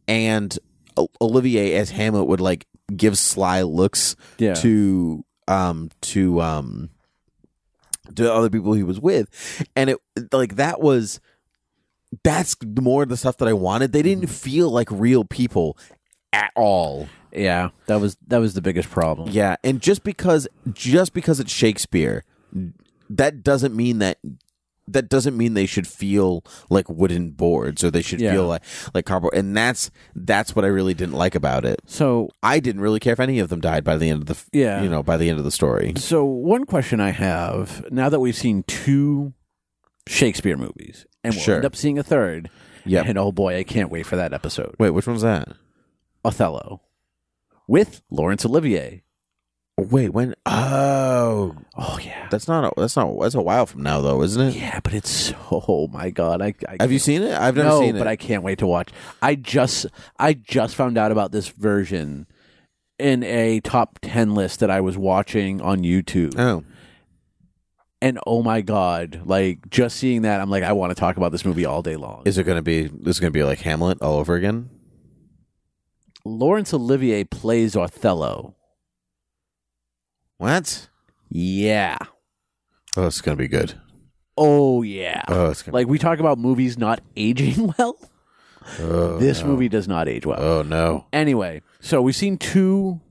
Speaker 2: and O- olivier as hamlet would like give sly looks
Speaker 3: Yeah.
Speaker 2: to um to um to other people he was with and it like that was that's more of the stuff that i wanted they didn't feel like real people at all
Speaker 3: Yeah, that was that was the biggest problem.
Speaker 2: yeah and just because just because it's shakespeare that doesn't mean that that doesn't mean they should feel like wooden boards or they should
Speaker 3: Yeah.
Speaker 2: feel like like cardboard and that's that's what i really didn't like about it
Speaker 3: So
Speaker 2: i didn't really care if any of them died by the end of the f-
Speaker 3: Yeah.
Speaker 2: you know by the end of the story
Speaker 3: so one question I have now that we've seen two Shakespeare movies and we'll
Speaker 2: Sure.
Speaker 3: end up seeing a third.
Speaker 2: Yep.
Speaker 3: And oh boy, I can't wait for that episode.
Speaker 2: wait which one's that
Speaker 3: Othello with Laurence Olivier.
Speaker 2: Wait, when? Oh,
Speaker 3: Oh yeah.
Speaker 2: that's not. A, that's not. That's a while from now, though, isn't it?
Speaker 3: Yeah, but it's so oh my god. I, I
Speaker 2: Have you seen it? I've never
Speaker 3: no,
Speaker 2: seen it.
Speaker 3: but I can't wait to watch. I just I just found out about this version in a top 10 list that I was watching on YouTube.
Speaker 2: oh,
Speaker 3: and oh my god, like just seeing that I'm like I want to talk about this movie all day long.
Speaker 2: is it gonna be? Is it gonna be like Hamlet all over again?
Speaker 3: Laurence Olivier plays Othello.
Speaker 2: What?
Speaker 3: Yeah.
Speaker 2: Oh, it's gonna be good.
Speaker 3: Oh yeah.
Speaker 2: Oh, it's gonna.
Speaker 3: like we talk about movies not *laughs* aging well.
Speaker 2: oh,
Speaker 3: this
Speaker 2: no.
Speaker 3: movie does not age well.
Speaker 2: Oh no.
Speaker 3: anyway, so we've seen two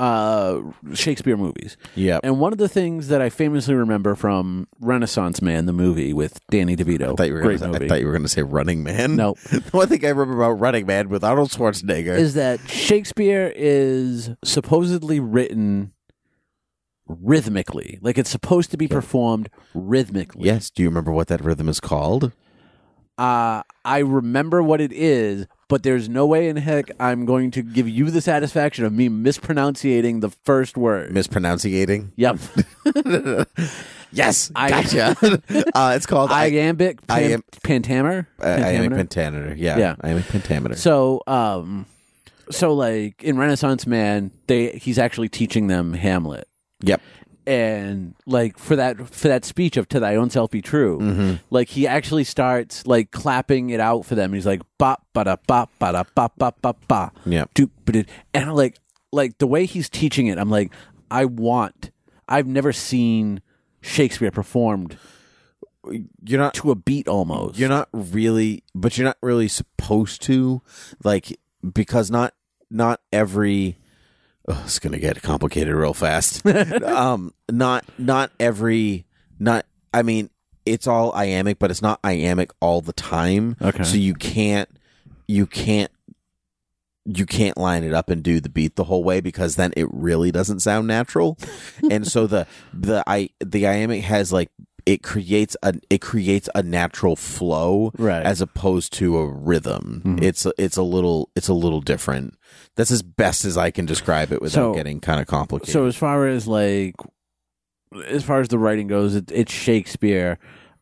Speaker 3: uh Shakespeare movies.
Speaker 2: Yep.
Speaker 3: And one of the things that I famously remember from Renaissance Man, the movie with Danny DeVito,
Speaker 2: I thought, you were
Speaker 3: great
Speaker 2: gonna,
Speaker 3: movie,
Speaker 2: I thought you were gonna say Running Man.
Speaker 3: No.
Speaker 2: *laughs* the one thing I remember about Running Man with Arnold Schwarzenegger.
Speaker 3: is that Shakespeare is supposedly written rhythmically, like it's supposed to be performed rhythmically.
Speaker 2: yes. Do you remember what that rhythm is called?
Speaker 3: Uh, I remember what it is, but there's no way in heck I'm going to give you the satisfaction of me mispronunciating the first word.
Speaker 2: Mispronouncing.
Speaker 3: yep.
Speaker 2: Yes.
Speaker 3: I-
Speaker 2: gotcha.
Speaker 3: *laughs*
Speaker 2: uh, it's called. *laughs* I,
Speaker 3: Iambic
Speaker 2: I
Speaker 3: pan-
Speaker 2: am-
Speaker 3: pentameter.
Speaker 2: I am a
Speaker 3: Pentameter?
Speaker 2: pentameter. Yeah.
Speaker 3: Yeah.
Speaker 2: I am a pentameter.
Speaker 3: So, um, so like in Renaissance Man, they he's actually teaching them Hamlet,
Speaker 2: yep.
Speaker 3: and like for that for that speech of "To thy own self be true,"
Speaker 2: Mm-hmm.
Speaker 3: like he actually starts like clapping it out for them. He's like "Bop ba da bop ba da bop bop bop ba."
Speaker 2: Yep.
Speaker 3: Doop, ba, doop. and I'm like, like the way he's teaching it, I'm like, I want. I've never seen Shakespeare performed
Speaker 2: You're not.
Speaker 3: to a beat almost.
Speaker 2: You're not really, but you're not really supposed to, like, because not not every Ugh, it's gonna get complicated real fast. um, not not every not. I mean, it's all iambic, but it's not iambic all the time.
Speaker 3: Okay.
Speaker 2: So you can't you can't you can't line it up and do the beat the whole way because then it really doesn't sound natural. and so the the i the iambic has like it creates a it creates a natural flow
Speaker 3: Right.
Speaker 2: as opposed to a rhythm.
Speaker 3: Mhm.
Speaker 2: It's a, it's a little it's a little different. That's as best as I can describe it without
Speaker 3: So-
Speaker 2: getting kind of complicated.
Speaker 3: So as far as like as far as the writing goes, it, it's Shakespeare.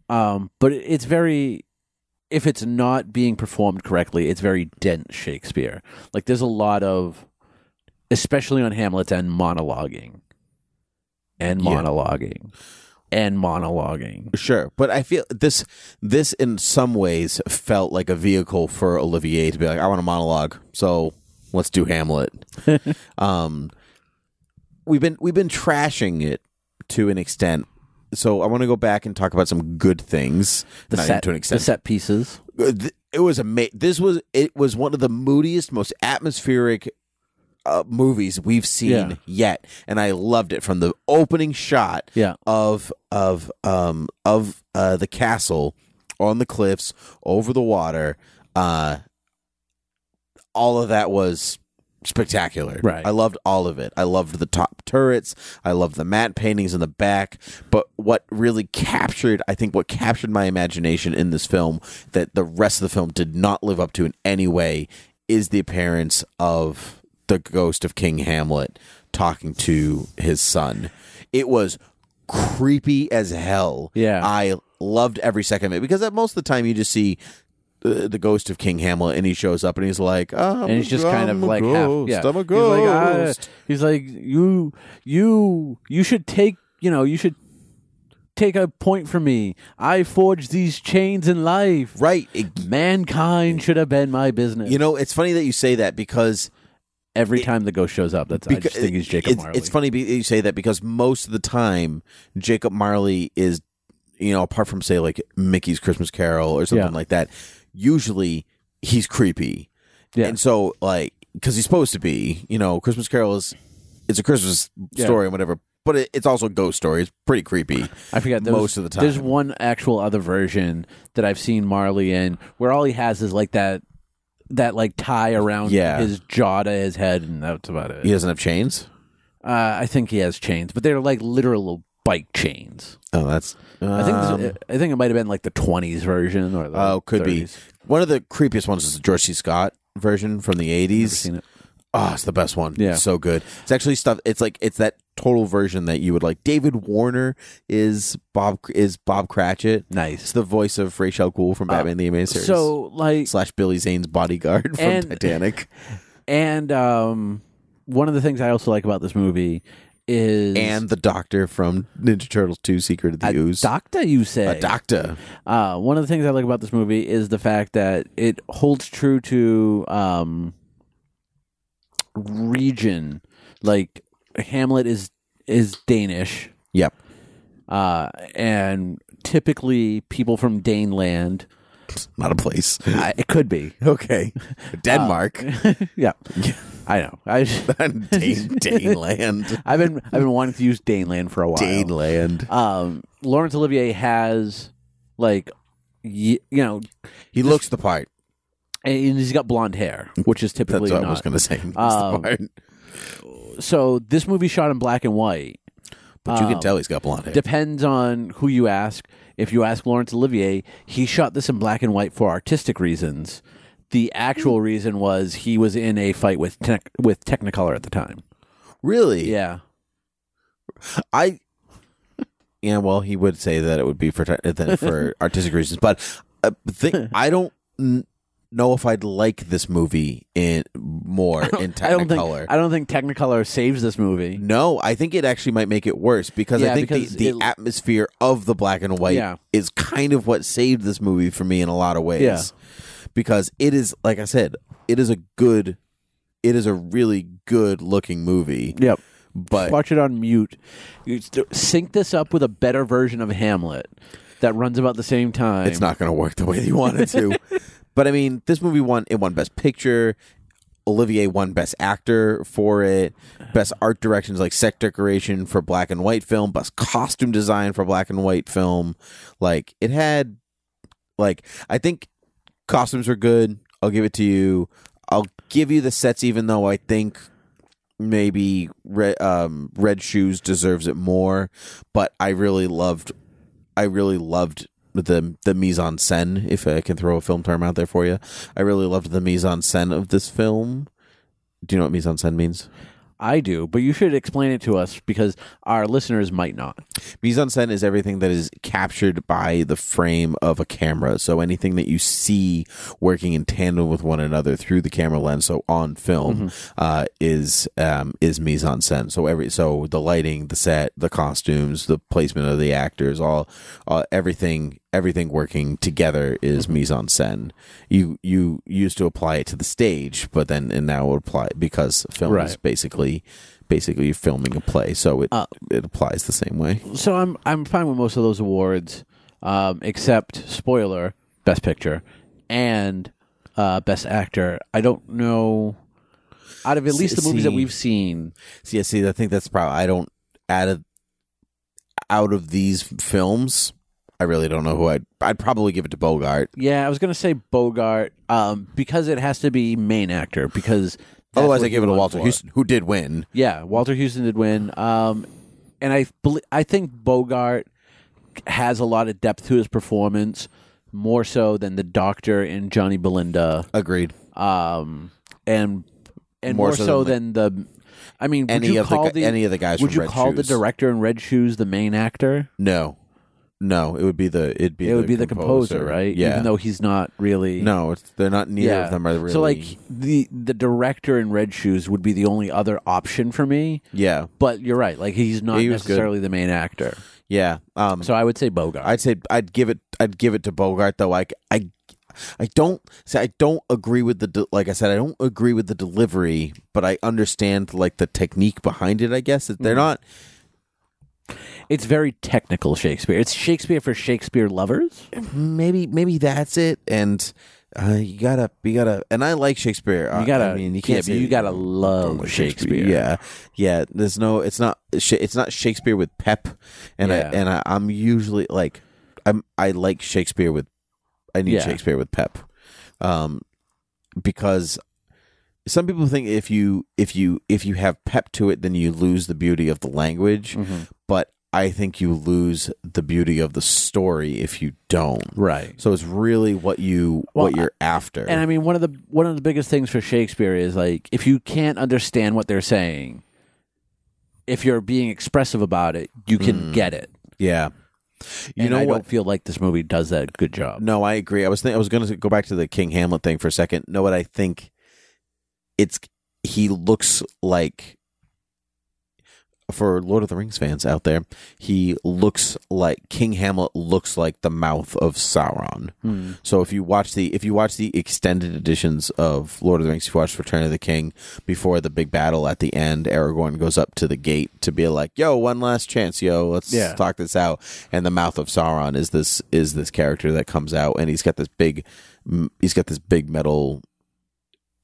Speaker 3: Um, but it- it's very if it's not being performed correctly, it's very dense Shakespeare. Like there's a lot of especially on Hamlet's end monologuing. And
Speaker 2: Yeah.
Speaker 3: monologuing. And monologuing.
Speaker 2: Sure, but I feel this this in some ways felt like a vehicle for Olivier to be like, I want a monologue, so let's do
Speaker 3: *laughs*
Speaker 2: Hamlet. um, we've been we've been trashing it to an extent, so I want to go back and talk about some good things.
Speaker 3: The
Speaker 2: Not even
Speaker 3: set,
Speaker 2: to an
Speaker 3: the
Speaker 2: extent,
Speaker 3: set pieces.
Speaker 2: Th- it was ama- This was it was one of the moodiest, most atmospheric. Uh, movies we've seen
Speaker 3: Yeah.
Speaker 2: yet, and I loved it from the opening shot
Speaker 3: Yeah.
Speaker 2: of of um of uh the castle on the cliffs over the water uh all of that was spectacular
Speaker 3: Right.
Speaker 2: i loved all of it i loved the top turrets i loved the matte paintings in the back but what really captured i think what captured my imagination in this film that the rest of the film did not live up to in any way is the appearance of the ghost of king hamlet talking to his son it was creepy as hell
Speaker 3: Yeah.
Speaker 2: i loved every second of it because at most of the time you just see the, the ghost of King Hamlet, and he shows up and he's like, "I'm
Speaker 3: and he's
Speaker 2: a-
Speaker 3: just kind
Speaker 2: I'm
Speaker 3: of
Speaker 2: a
Speaker 3: like
Speaker 2: ghost.
Speaker 3: half, yeah.
Speaker 2: I'm a ghost.
Speaker 3: He's like, "Ah," he's like, you, you, you should take, you know, you should take a point from me. I forged these chains in life.
Speaker 2: right. It-
Speaker 3: Mankind should have been my business.
Speaker 2: you know, it's funny that you say that because
Speaker 3: every time the ghost shows up, that's I just
Speaker 2: Because-
Speaker 3: think he's Jacob
Speaker 2: it's,
Speaker 3: Marley.
Speaker 2: It's funny be- you say that because most of the time, Jacob Marley is, you know, apart from say like Mickey's Christmas Carol or something
Speaker 3: Yeah.
Speaker 2: like that, usually he's creepy.
Speaker 3: Yeah.
Speaker 2: And so, like, because he's supposed to be, you know, Christmas Carol is, it's a Christmas
Speaker 3: Yeah.
Speaker 2: story and whatever, but it, it's also a ghost story. It's pretty
Speaker 3: *laughs*
Speaker 2: creepy.
Speaker 3: I forget there was-
Speaker 2: most of the
Speaker 3: There's
Speaker 2: time.
Speaker 3: one actual other version that I've seen Marley in where all he has is like that. That like tie around
Speaker 2: Yeah.
Speaker 3: his jaw to his head, and that's about it.
Speaker 2: He doesn't have chains.
Speaker 3: Uh, I think he has chains, but they're like literal bike chains.
Speaker 2: Oh, that's.
Speaker 3: I think
Speaker 2: um,
Speaker 3: this, I think it might have been like the twenties version or the
Speaker 2: Oh, could be.
Speaker 3: 30s.
Speaker 2: One of the creepiest ones is the George C. Scott version from the
Speaker 3: Never
Speaker 2: eighties.
Speaker 3: seen it.
Speaker 2: Oh, it's the best one.
Speaker 3: Yeah.
Speaker 2: so good. It's actually stuff. It's like it's that total version that you would like. David Warner is Bob is Bob Cratchit. It's
Speaker 3: Nice.
Speaker 2: the voice of Rachel Ghoul from Batman the Animated Series.
Speaker 3: Oh, So like
Speaker 2: slash Billy Zane's bodyguard from
Speaker 3: And-
Speaker 2: Titanic
Speaker 3: and um one of the things I also like about this movie is
Speaker 2: and the Doctor from Ninja Turtles Two: Secret of the
Speaker 3: a
Speaker 2: Ooze.
Speaker 3: doctor you say
Speaker 2: a doctor.
Speaker 3: Uh, one of the things I like about this movie is the fact that it holds true to um, region. Like Hamlet is is Danish,
Speaker 2: Yep.
Speaker 3: uh, and typically people from Daneland.
Speaker 2: Not a place. *laughs*
Speaker 3: I, it could be, *laughs*
Speaker 2: Okay. Denmark.
Speaker 3: yeah. I know.
Speaker 2: *laughs*
Speaker 3: I *laughs*
Speaker 2: Dane, Daneland.
Speaker 3: I've been I've been wanting to use Daneland for a while.
Speaker 2: Daneland.
Speaker 3: Um, Laurence Olivier has like, y- you know,
Speaker 2: He looks the part.
Speaker 3: and he's got blonde hair, which is
Speaker 2: That's
Speaker 3: typically
Speaker 2: what
Speaker 3: not.
Speaker 2: I was going to say. *laughs* That's the
Speaker 3: Um,
Speaker 2: part.
Speaker 3: so this movie shot in black and white
Speaker 2: But you
Speaker 3: um,
Speaker 2: can tell he's got blonde hair.
Speaker 3: depends on who you ask if you ask laurence olivier he shot this in black and white for artistic reasons the
Speaker 2: Hmm.
Speaker 3: actual reason was he was in a fight with tech with technicolor at the time
Speaker 2: really?
Speaker 3: yeah
Speaker 2: I. Yeah, well, he would say that it would be for te- then *laughs* for artistic reasons, but uh, *laughs* thi- I don't n- know if I'd like this movie in more in
Speaker 3: i don't think
Speaker 2: Technicolor.
Speaker 3: i don't think technicolor saves this movie
Speaker 2: no, I think it actually might make it worse because
Speaker 3: Yeah,
Speaker 2: I think
Speaker 3: because
Speaker 2: the, the
Speaker 3: it-
Speaker 2: atmosphere of the black and white
Speaker 3: Yeah.
Speaker 2: is kind of what saved this movie for me in a lot of ways.
Speaker 3: Yeah.
Speaker 2: Because it is, like I said, it is a good, it is a really good looking movie.
Speaker 3: yep
Speaker 2: But
Speaker 3: watch it on mute You st- sync this up with a better version of hamlet that runs about the same time
Speaker 2: it's not going to work the way you want it to. but I mean, this movie won it won Best Picture. Olivier won Best Actor for it, Best Art Directions like set decoration for black and white film, Best Costume Design for black and white film. Like it had, like I think costumes were good. I'll give it to you. I'll give you the sets, even though I think maybe Red, um, Red Shoes deserves it more. But I really loved, I really loved the the mise en scène. If I can throw a film term out there for you, I really loved the mise en scène of this film. Do you know what mise en scène means?
Speaker 3: I do, but you should explain it to us because our listeners might not.
Speaker 2: Mise en scène is everything that is captured by the frame of a camera. So anything that you see working in tandem with one another through the camera lens, so on film, uh, is um, is mise en scène. So every so the lighting, the set, the costumes, the placement of the actors, all, all everything everything working together is mise en scène. You you used to apply it to the stage, but then and now it apply because film is
Speaker 3: Right.
Speaker 2: basically basically you're filming a play, so it it applies the same way.
Speaker 3: So I'm I'm fine with most of those awards, um, except spoiler, best picture, and uh, best actor. I don't know. Out of at least the movies that
Speaker 2: see.
Speaker 3: we've seen,
Speaker 2: See, yeah, see, I think that's probably I don't out of out of these films, I really don't know who I'd I'd probably give it to Bogart.
Speaker 3: yeah, I was gonna say Bogart um, because it has to be main actor because that's
Speaker 2: Otherwise,
Speaker 3: what
Speaker 2: I give
Speaker 3: he
Speaker 2: it to
Speaker 3: won
Speaker 2: Walter
Speaker 3: for.
Speaker 2: Houston, who did win.
Speaker 3: Yeah, Walter Houston did win. Um, and I bel I think Bogart has a lot of depth to his performance, more so than the Doctor in Johnny Belinda.
Speaker 2: Agreed.
Speaker 3: Um, and and more,
Speaker 2: More
Speaker 3: so,
Speaker 2: so
Speaker 3: than, the. I mean, would
Speaker 2: Any
Speaker 3: you
Speaker 2: of the
Speaker 3: call
Speaker 2: gu- any of the guys
Speaker 3: Would
Speaker 2: from
Speaker 3: you
Speaker 2: Red
Speaker 3: call the
Speaker 2: Shoes.
Speaker 3: director in Red Shoes the main actor?
Speaker 2: No, no, it would be the it'd be
Speaker 3: It would be the composer, right?
Speaker 2: Yeah,
Speaker 3: Even though he's not really.
Speaker 2: no, it's, they're not. Neither of them are really.
Speaker 3: So like the the director in Red Shoes would be the only other option for me.
Speaker 2: yeah,
Speaker 3: But you're right. Like he's not
Speaker 2: Yeah, he was good.
Speaker 3: necessarily the main actor.
Speaker 2: yeah. Um,
Speaker 3: So I would say Bogart.
Speaker 2: I'd say I'd give it I'd give it to Bogart though. I I I don't say I don't agree with the de- like I said I don't agree with the delivery, but I understand like the technique behind it. I guess that they're
Speaker 3: Mm.
Speaker 2: not
Speaker 3: It's very technical Shakespeare. It's Shakespeare for Shakespeare lovers.
Speaker 2: maybe maybe that's it. And uh, you gotta you gotta and I like Shakespeare. I-
Speaker 3: You gotta,
Speaker 2: I mean you
Speaker 3: yeah,
Speaker 2: can't
Speaker 3: but
Speaker 2: say
Speaker 3: you gotta
Speaker 2: don't
Speaker 3: love
Speaker 2: like
Speaker 3: Shakespeare.
Speaker 2: Yeah, yeah. There's no it's not Sh- it's not Shakespeare with pep, and
Speaker 3: Yeah.
Speaker 2: I and I, I'm usually like I'm I like Shakespeare with I need
Speaker 3: Yeah.
Speaker 2: Shakespeare with pep. um, because some people think if you if you if you have pep to it, then you lose the beauty of the language.
Speaker 3: Mm-hmm.
Speaker 2: But I think you lose the beauty of the story if you don't.
Speaker 3: right.
Speaker 2: So it's really what you
Speaker 3: Well,
Speaker 2: what you're after.
Speaker 3: And I mean, one of the one of the biggest things for Shakespeare is like if you can't understand what they're saying, if you're being expressive about it, you can get it.
Speaker 2: yeah, Hmm. you
Speaker 3: And
Speaker 2: know
Speaker 3: I
Speaker 2: what?
Speaker 3: don't feel like this movie does that good job.
Speaker 2: No, I agree. I was think I was going to go back to the King Hamlet thing for a second. No, what I think it's he looks like for Lord of the Rings fans out there, he looks like King Hamlet looks like the mouth of Sauron.
Speaker 3: Hmm.
Speaker 2: So if you watch the if you watch the extended editions of Lord of the Rings, if you watch Return of the King before the big battle at the end, Aragorn goes up to the gate to be like, "Yo, one last chance, yo, let's
Speaker 3: Yeah.
Speaker 2: talk this out." And the mouth of Sauron is this is this character that comes out, and he's got this big mm, he's got this big metal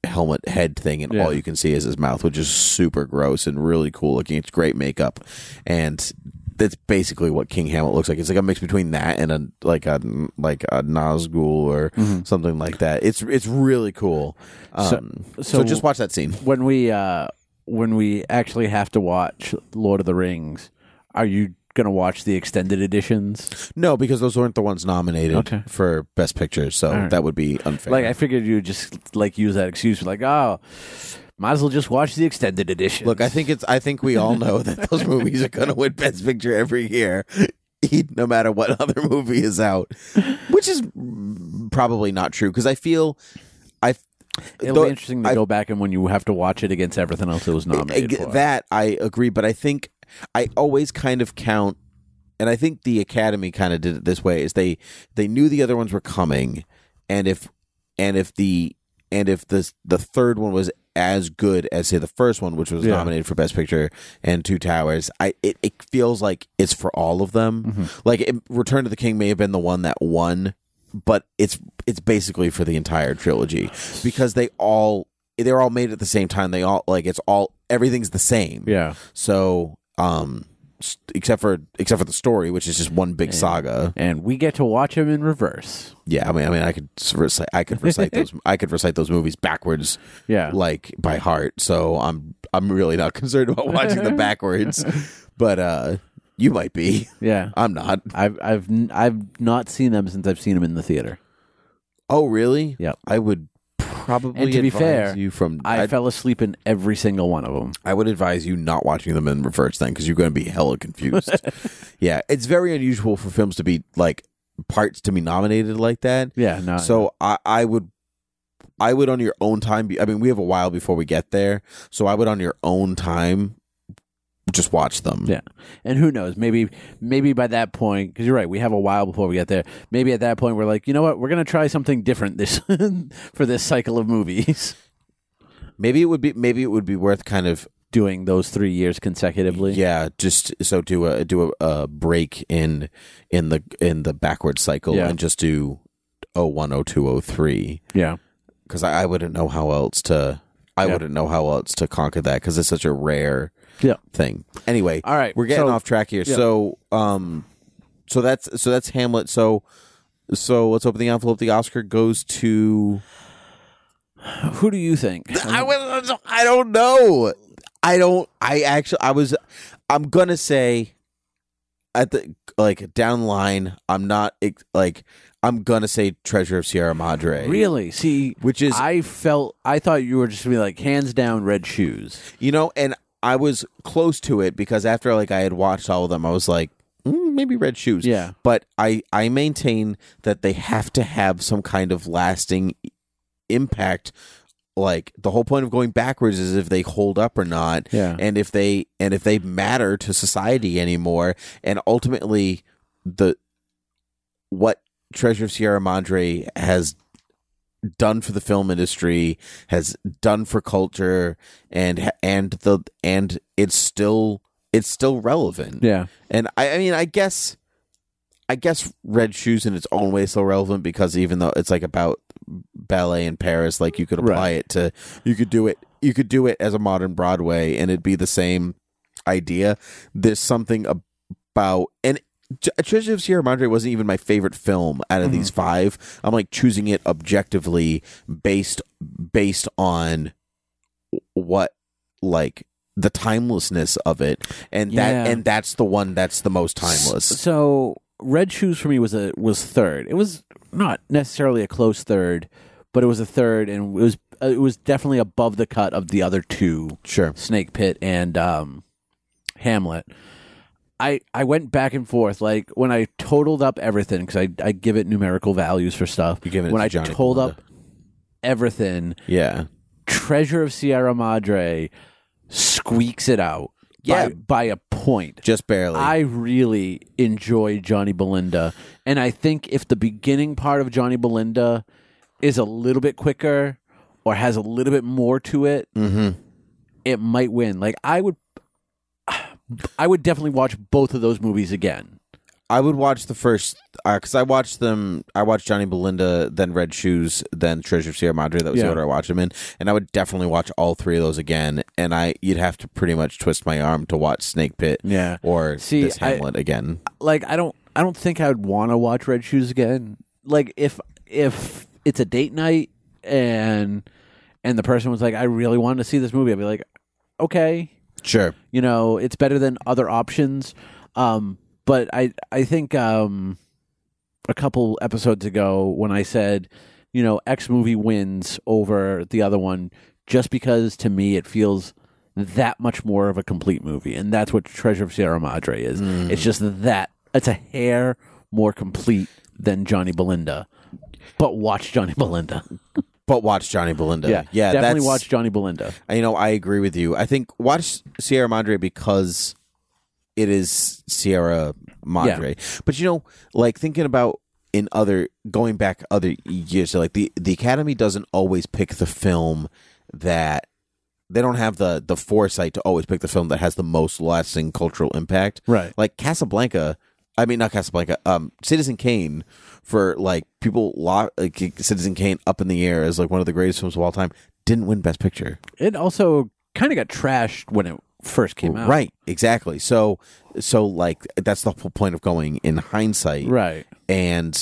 Speaker 2: helmet head thing and
Speaker 3: Yeah.
Speaker 2: all you can see is his mouth which is super gross and really cool looking it's great makeup and that's basically what king hamlet looks like it's like a mix between that and a like a like a nazgul or something like that it's it's really cool
Speaker 3: Mm-hmm. So-
Speaker 2: um, so,
Speaker 3: so-
Speaker 2: just watch that scene
Speaker 3: When we uh, when we actually have to watch Lord of the Rings, are you gonna watch the extended editions?
Speaker 2: no because those weren't the ones nominated
Speaker 3: Okay.
Speaker 2: for best picture so
Speaker 3: All right.
Speaker 2: that would be unfair
Speaker 3: Like I figured you would just like use that excuse, like oh, might as well just watch the extended edition.
Speaker 2: Look, I think it's. I think we all know that those movies are going to win Best Picture every year, *laughs* e, no matter what other movie is out, which is probably not true because I feel I
Speaker 3: It'll
Speaker 2: though-
Speaker 3: be interesting to
Speaker 2: I-
Speaker 3: go back and when you have to watch it against everything else that was nominated
Speaker 2: I-
Speaker 3: for.
Speaker 2: that I agree, but I think I always kind of count, and I think the Academy kind of did it this way: is they they knew the other ones were coming, and if and if the and if the the third one was as good as say the first one, which was
Speaker 3: Yeah.
Speaker 2: nominated for Best Picture and Two Towers, I it, it feels like it's for all of them. Like it, Return to the King may have been the one that won, but it's it's basically for the entire trilogy because they all they're all made at the same time. They all like it's all everything's the same.
Speaker 3: Yeah.
Speaker 2: So, um, s- except for except for the story, which is just one big saga.
Speaker 3: And we get to watch him in reverse.
Speaker 2: Yeah, I mean, I mean, I could s- recite, I could recite
Speaker 3: *laughs*
Speaker 2: those, I could recite those movies backwards,
Speaker 3: Yeah.
Speaker 2: like by heart. So I'm, I'm really not *laughs* concerned about watching them
Speaker 3: *laughs*
Speaker 2: backwards, but uh, you might be.
Speaker 3: Yeah.
Speaker 2: I'm not.
Speaker 3: I've I've n- I've not seen them since I've seen them in the theater.
Speaker 2: Oh, really?
Speaker 3: Yep.
Speaker 2: I would probably
Speaker 3: And to be
Speaker 2: advise
Speaker 3: fair,
Speaker 2: you from.
Speaker 3: I
Speaker 2: I'd-
Speaker 3: fell asleep in every single one of them.
Speaker 2: I would advise you not watching them in reverse then because you're going to be hella
Speaker 3: *laughs*
Speaker 2: confused. yeah, it's very unusual for films to be like parts to be nominated like that.
Speaker 3: Yeah, no.
Speaker 2: so I, I would, I would on your own time. Be, I mean, we have a while before we get there, so I would on your own time just watch them.
Speaker 3: Yeah, and who knows? Maybe, maybe by that point, because you're right, we have a while before we get there. Maybe at that point, we're like, you know what? We're gonna try something different this *laughs* for this cycle of movies. *laughs*
Speaker 2: Maybe it would be maybe it would be worth kind of
Speaker 3: Doing those three years consecutively.
Speaker 2: yeah, just so do a do a, a break in in the in the backward cycle
Speaker 3: Yeah.
Speaker 2: and just do 01, 02, 03.
Speaker 3: yeah,
Speaker 2: because I, I wouldn't know how else to. I
Speaker 3: Yeah.
Speaker 2: wouldn't know how else to conquer that because it's such a rare
Speaker 3: Yeah.
Speaker 2: thing. Anyway,
Speaker 3: All right,
Speaker 2: we're getting
Speaker 3: so-
Speaker 2: off track here. So, um, so that's so that's Hamlet. So, so let's open the envelope. The Oscar goes to.
Speaker 3: Who do you think?
Speaker 2: *laughs* I was. I don't know. I don't. I actually. I was. I'm gonna say. At the like down the line, I'm not ex- like I'm gonna say Treasure of Sierra Madre,
Speaker 3: really? See,
Speaker 2: which is
Speaker 3: I felt I thought you were just gonna be like hands down red shoes.
Speaker 2: You know, and I was close to it because after like I had watched all of them, I was like, mm, maybe Red Shoes.
Speaker 3: Yeah.
Speaker 2: But I I maintain that they have to have some kind of lasting impact. Like the whole point of going backwards is if they hold up or not,
Speaker 3: Yeah.
Speaker 2: and if they and if they matter to society anymore, and ultimately the what Treasure of Sierra Madre has done for the film industry, has done for culture, and and the and it's still it's still relevant.
Speaker 3: Yeah,
Speaker 2: And I, I mean, I guess, I guess Red Shoes in its own way is still relevant because even though it's like about ballet in Paris, like you could apply
Speaker 3: Right.
Speaker 2: it to, you could do it, you could do it as a modern Broadway, and it'd be the same idea. There's something about and. J- Treasure of Sierra Madre wasn't even my favorite film out of these five. I'm like choosing it objectively based based on what like the timelessness of it, and that
Speaker 3: Yeah.
Speaker 2: and that's the one that's the most timeless.
Speaker 3: So red shoes for me was a was third. It was not necessarily a close third, but it was a third, and it was uh, it was definitely above the cut of the other two,
Speaker 2: Sure.
Speaker 3: Snake Pit and um, Hamlet. I I went back and forth like when I totaled up everything because I I give it numerical values for stuff.
Speaker 2: You're giving it
Speaker 3: when
Speaker 2: to
Speaker 3: I
Speaker 2: Johnny
Speaker 3: totaled
Speaker 2: Belmondo.
Speaker 3: up everything,
Speaker 2: Yeah.
Speaker 3: Treasure of Sierra Madre squeaks it out.
Speaker 2: Yeah.
Speaker 3: by, by a point.
Speaker 2: Just barely.
Speaker 3: I really enjoy Johnny Belinda, and I think if the beginning part of Johnny Belinda is a little bit quicker or has a little bit more to it,
Speaker 2: Mhm.
Speaker 3: it might win. Like I would, *sighs* I would definitely watch both of those movies again.
Speaker 2: I would watch the first because I watched them. I watched Johnny Belinda, then Red Shoes, then Treasure of Sierra Madre. That was
Speaker 3: Yeah.
Speaker 2: the order I watched them in, and I would definitely watch all three of those again. And I, you'd have to pretty much twist my arm to watch Snake Pit,
Speaker 3: Yeah.
Speaker 2: or
Speaker 3: See,
Speaker 2: this
Speaker 3: I-
Speaker 2: Hamlet again.
Speaker 3: Like I don't, I don't think I would want to watch Red Shoes again. Like if if it's a date night and and the person was like, I really wanted to see this movie, I'd be like, okay,
Speaker 2: Sure.
Speaker 3: you know it's better than other options um but i i think um a couple episodes ago when i said you know x movie wins over the other one just because to me it feels that much more of a complete movie and that's what treasure of sierra madre is
Speaker 2: Hmm.
Speaker 3: it's just that it's a hair more complete than johnny belinda but watch johnny belinda
Speaker 2: But watch Johnny Belinda.
Speaker 3: yeah
Speaker 2: yeah.
Speaker 3: definitely
Speaker 2: that's,
Speaker 3: watch johnny belinda
Speaker 2: I- You know, I agree with you. I think watch Sierra Madre because it is Sierra Madre. But you know, like thinking about in other going back other years, like the the Academy doesn't always pick the film that they don't have the the foresight to always pick the film that has the most lasting cultural impact.
Speaker 3: Right.
Speaker 2: Like Casablanca I mean, not Casablanca. Um, Citizen Kane for like people lo- like Citizen Kane up in the air as like one of the greatest films of all time. Didn't win Best Picture.
Speaker 3: It also kind of got trashed when it first came out.
Speaker 2: Right, exactly. So, so like that's the whole point of going in hindsight,
Speaker 3: Right.
Speaker 2: and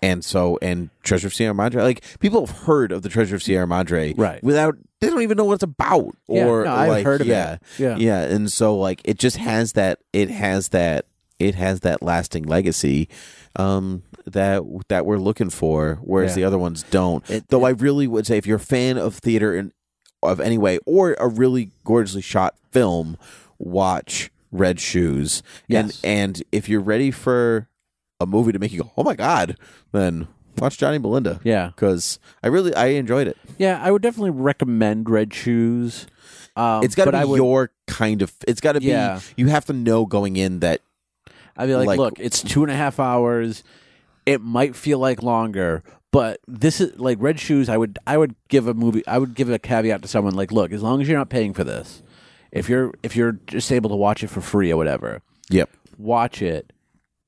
Speaker 2: and so and Treasure of Sierra Madre. Like people have heard of the Treasure of Sierra Madre,
Speaker 3: Right.
Speaker 2: Without they don't even know what it's about,
Speaker 3: Yeah,
Speaker 2: or
Speaker 3: no, I've
Speaker 2: like,
Speaker 3: heard of
Speaker 2: yeah,
Speaker 3: it. Yeah.
Speaker 2: yeah. And so like it just has that. It has that. It has that lasting legacy um, that that we're looking for, whereas
Speaker 3: Yeah.
Speaker 2: the other ones don't.
Speaker 3: It-
Speaker 2: Though I really would say, if you're a fan of theater in of any way, or a really gorgeously shot film, watch Red Shoes.
Speaker 3: Yes.
Speaker 2: And and if you're ready for a movie to make you go, oh my god, then watch Johnny Belinda.
Speaker 3: Yeah.
Speaker 2: because I really I enjoyed it.
Speaker 3: Yeah, I would definitely recommend Red Shoes. Um,
Speaker 2: It's got to
Speaker 3: but
Speaker 2: be
Speaker 3: I would,
Speaker 2: your kind of. It's got to
Speaker 3: Yeah.
Speaker 2: be. You have to know going in that
Speaker 3: I'd be like,
Speaker 2: like-
Speaker 3: look, it's two and a half hours. It might feel like longer, but this is like Red Shoes. I would I would give a movie. I would give a caveat to someone like, look, as long as you're not paying for this, if you're if you're just able to watch it for free or whatever,
Speaker 2: Yep.
Speaker 3: watch it.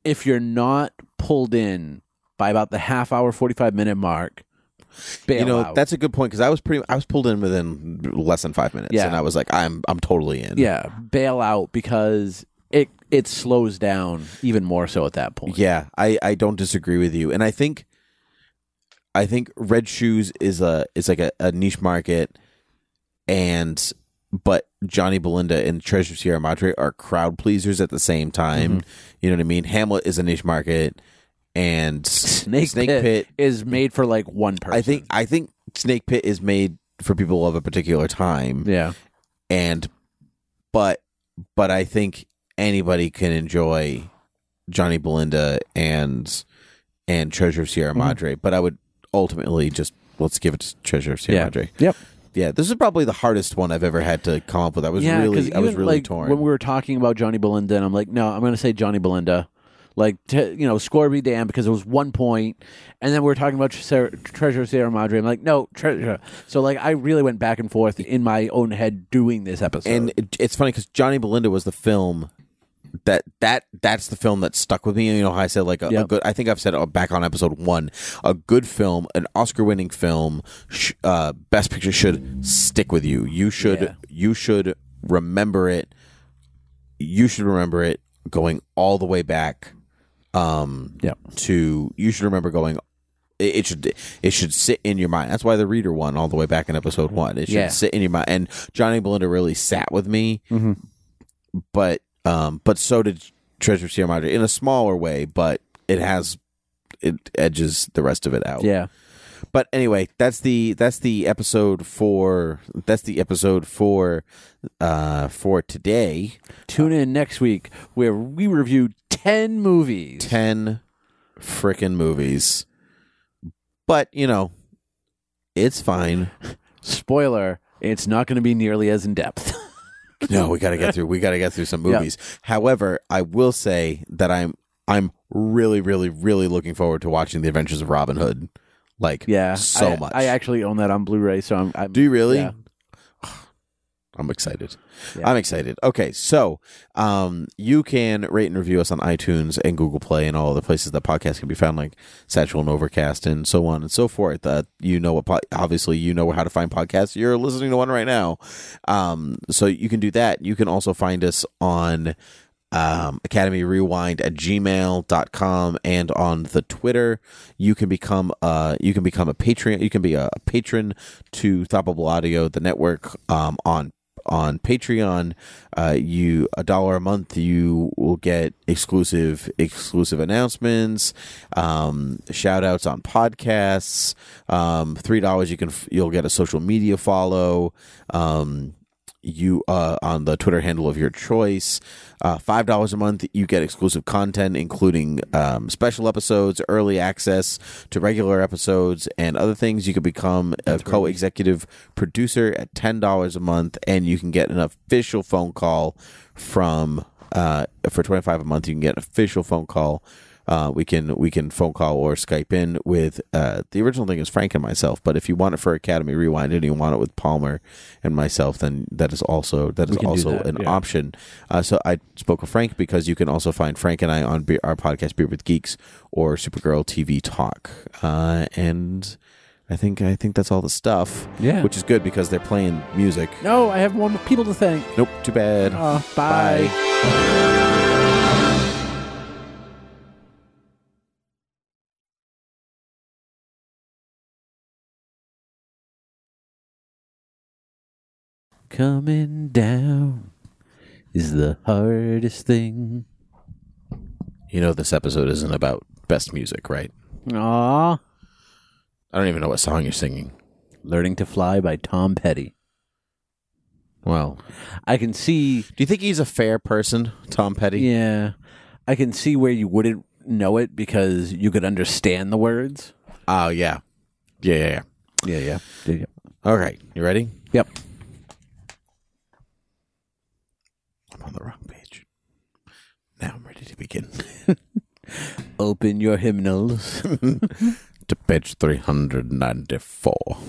Speaker 3: If you're not pulled in by about the half hour, forty five minute mark, bail
Speaker 2: you know
Speaker 3: out.
Speaker 2: that's a good point because I was pretty. I was pulled in within less than five minutes,
Speaker 3: Yeah.
Speaker 2: and I was like, I'm I'm totally in.
Speaker 3: yeah, bail out because it it slows down even more so at that point.
Speaker 2: Yeah, I I don't disagree with you, and I think, I think Red Shoes is a is like a, a niche market, and but Johnny Belinda and Treasure of Sierra Madre are crowd pleasers at the same time.
Speaker 3: Mm-hmm.
Speaker 2: You know what I mean? Hamlet is a niche market, and
Speaker 3: Snake, Pit,
Speaker 2: Pit
Speaker 3: is made for like one person.
Speaker 2: I think I think Snake Pit is made for people of a particular time.
Speaker 3: Yeah.
Speaker 2: and but but I think anybody can enjoy Johnny Belinda and and Treasure of
Speaker 3: Mm-hmm.
Speaker 2: Sierra Madre. But I would ultimately just let's give it to Treasure of Sierra Madre.
Speaker 3: Yep.
Speaker 2: Yeah, this is probably the hardest one I've ever had to come up with. I was
Speaker 3: yeah,
Speaker 2: really
Speaker 3: because
Speaker 2: I was
Speaker 3: even,
Speaker 2: really
Speaker 3: like,
Speaker 2: torn.
Speaker 3: When we were talking about Johnny Belinda, and I'm like, no, I'm going to say Johnny Belinda. Like, t- you know, score be damned because it was one point. And then we were talking about Sarah, Treasure of Sierra Madre. I'm like, no, treasure. So, like, I really went back and forth in my own head doing this episode.
Speaker 2: and it, it's funny because Johnny Belinda was the film that that that's the film that stuck with me. You know how I said like a, a
Speaker 3: Yep.
Speaker 2: good. I think I've said uh, back on episode one, a good film, an Oscar-winning film, sh- uh, Best Picture should stick with you. You should
Speaker 3: Yeah.
Speaker 2: you should remember it. You should remember it going all the way back. Um,
Speaker 3: yeah.
Speaker 2: to you should remember going it, it should it should sit in your mind that's why the reader won all the way back in episode one it should
Speaker 3: Yeah.
Speaker 2: sit in your mind and johnny and belinda really sat with me
Speaker 3: Mm-hmm.
Speaker 2: but um but so did treasure of sierra madre in a smaller way but it has it edges the rest of it out
Speaker 3: Yeah.
Speaker 2: but anyway that's the that's the episode for that's the episode for uh for today
Speaker 3: Tune in next week where we review 10 movies.
Speaker 2: 10 frickin' movies. But, you know, it's
Speaker 3: *laughs*
Speaker 2: fine.
Speaker 3: Spoiler, it's not going to be nearly as in *laughs* depth.
Speaker 2: No, we got to get through. We got to get through some
Speaker 3: Yeah.
Speaker 2: movies. However, I will say that I'm I'm really really really looking forward to watching The Adventures of Robin Hood. Like
Speaker 3: yeah.
Speaker 2: so
Speaker 3: I-
Speaker 2: much.
Speaker 3: I actually own that on Blu ray. So I'm. I'm
Speaker 2: Do you really?
Speaker 3: Yeah.
Speaker 2: *sighs* I'm excited.
Speaker 3: Yeah.
Speaker 2: I'm excited. Okay, so um, you can rate and review us on iTunes and Google Play and all the places that podcasts can be found, like Satchel and Overcast and so on and so forth. Uh, you know what? Po- obviously, you know how to find podcasts. You're listening to one right now, um, so you can do that. You can also find us on um, Academy Rewind at gmail.com and on the Twitter. You can become uh you can become a Patreon you can be a, a patron to Thoppable Audio, the network um on on Patreon, uh, you a dollar a month, you will get exclusive exclusive announcements, um, shout outs on podcasts. Um, Three dollars, you can f- you'll get a social media follow. Um, you uh, on the Twitter handle of your choice. Uh, Five dollars a month, you get exclusive content, including um, special episodes, early access to regular episodes, and other things. You could become a co-executive producer at ten dollars a month, and you can get an official phone call from uh, for twenty five a month. You can get an official phone call. Uh, we can we can phone call or Skype in with uh, the original thing is Frank and myself. But if you want it for Academy Rewind and you want it with Palmer and myself, then that is also that is
Speaker 3: can do
Speaker 2: also
Speaker 3: that,
Speaker 2: an
Speaker 3: yeah.
Speaker 2: option. Uh, so I spoke with Frank because you can also find Frank and I on Be- our podcast Beer with Geeks or Supergirl TV Talk, uh, and. I think I think that's all the stuff.
Speaker 3: Yeah.
Speaker 2: Which is good because they're playing music.
Speaker 3: No, I have one people to thank.
Speaker 2: Nope, too bad.
Speaker 3: Uh, bye.
Speaker 2: Bye.
Speaker 3: Coming down is the hardest thing.
Speaker 2: You know this episode isn't about best music, right?
Speaker 3: Aw.
Speaker 2: I don't even know what song you're singing.
Speaker 3: Learning to Fly by Tom Petty.
Speaker 2: Well,
Speaker 3: I can see,
Speaker 2: do you think he's a fair person, Tom Petty?
Speaker 3: yeah, I can see where you wouldn't know it because you could understand the words.
Speaker 2: Oh yeah, yeah, yeah. yeah.
Speaker 3: Yeah, yeah. yeah.
Speaker 2: All right, you ready?
Speaker 3: Yep.
Speaker 2: I'm on the wrong page. Now I'm ready to begin. *laughs*
Speaker 3: Open your hymnals.
Speaker 2: to page three hundred ninety-four.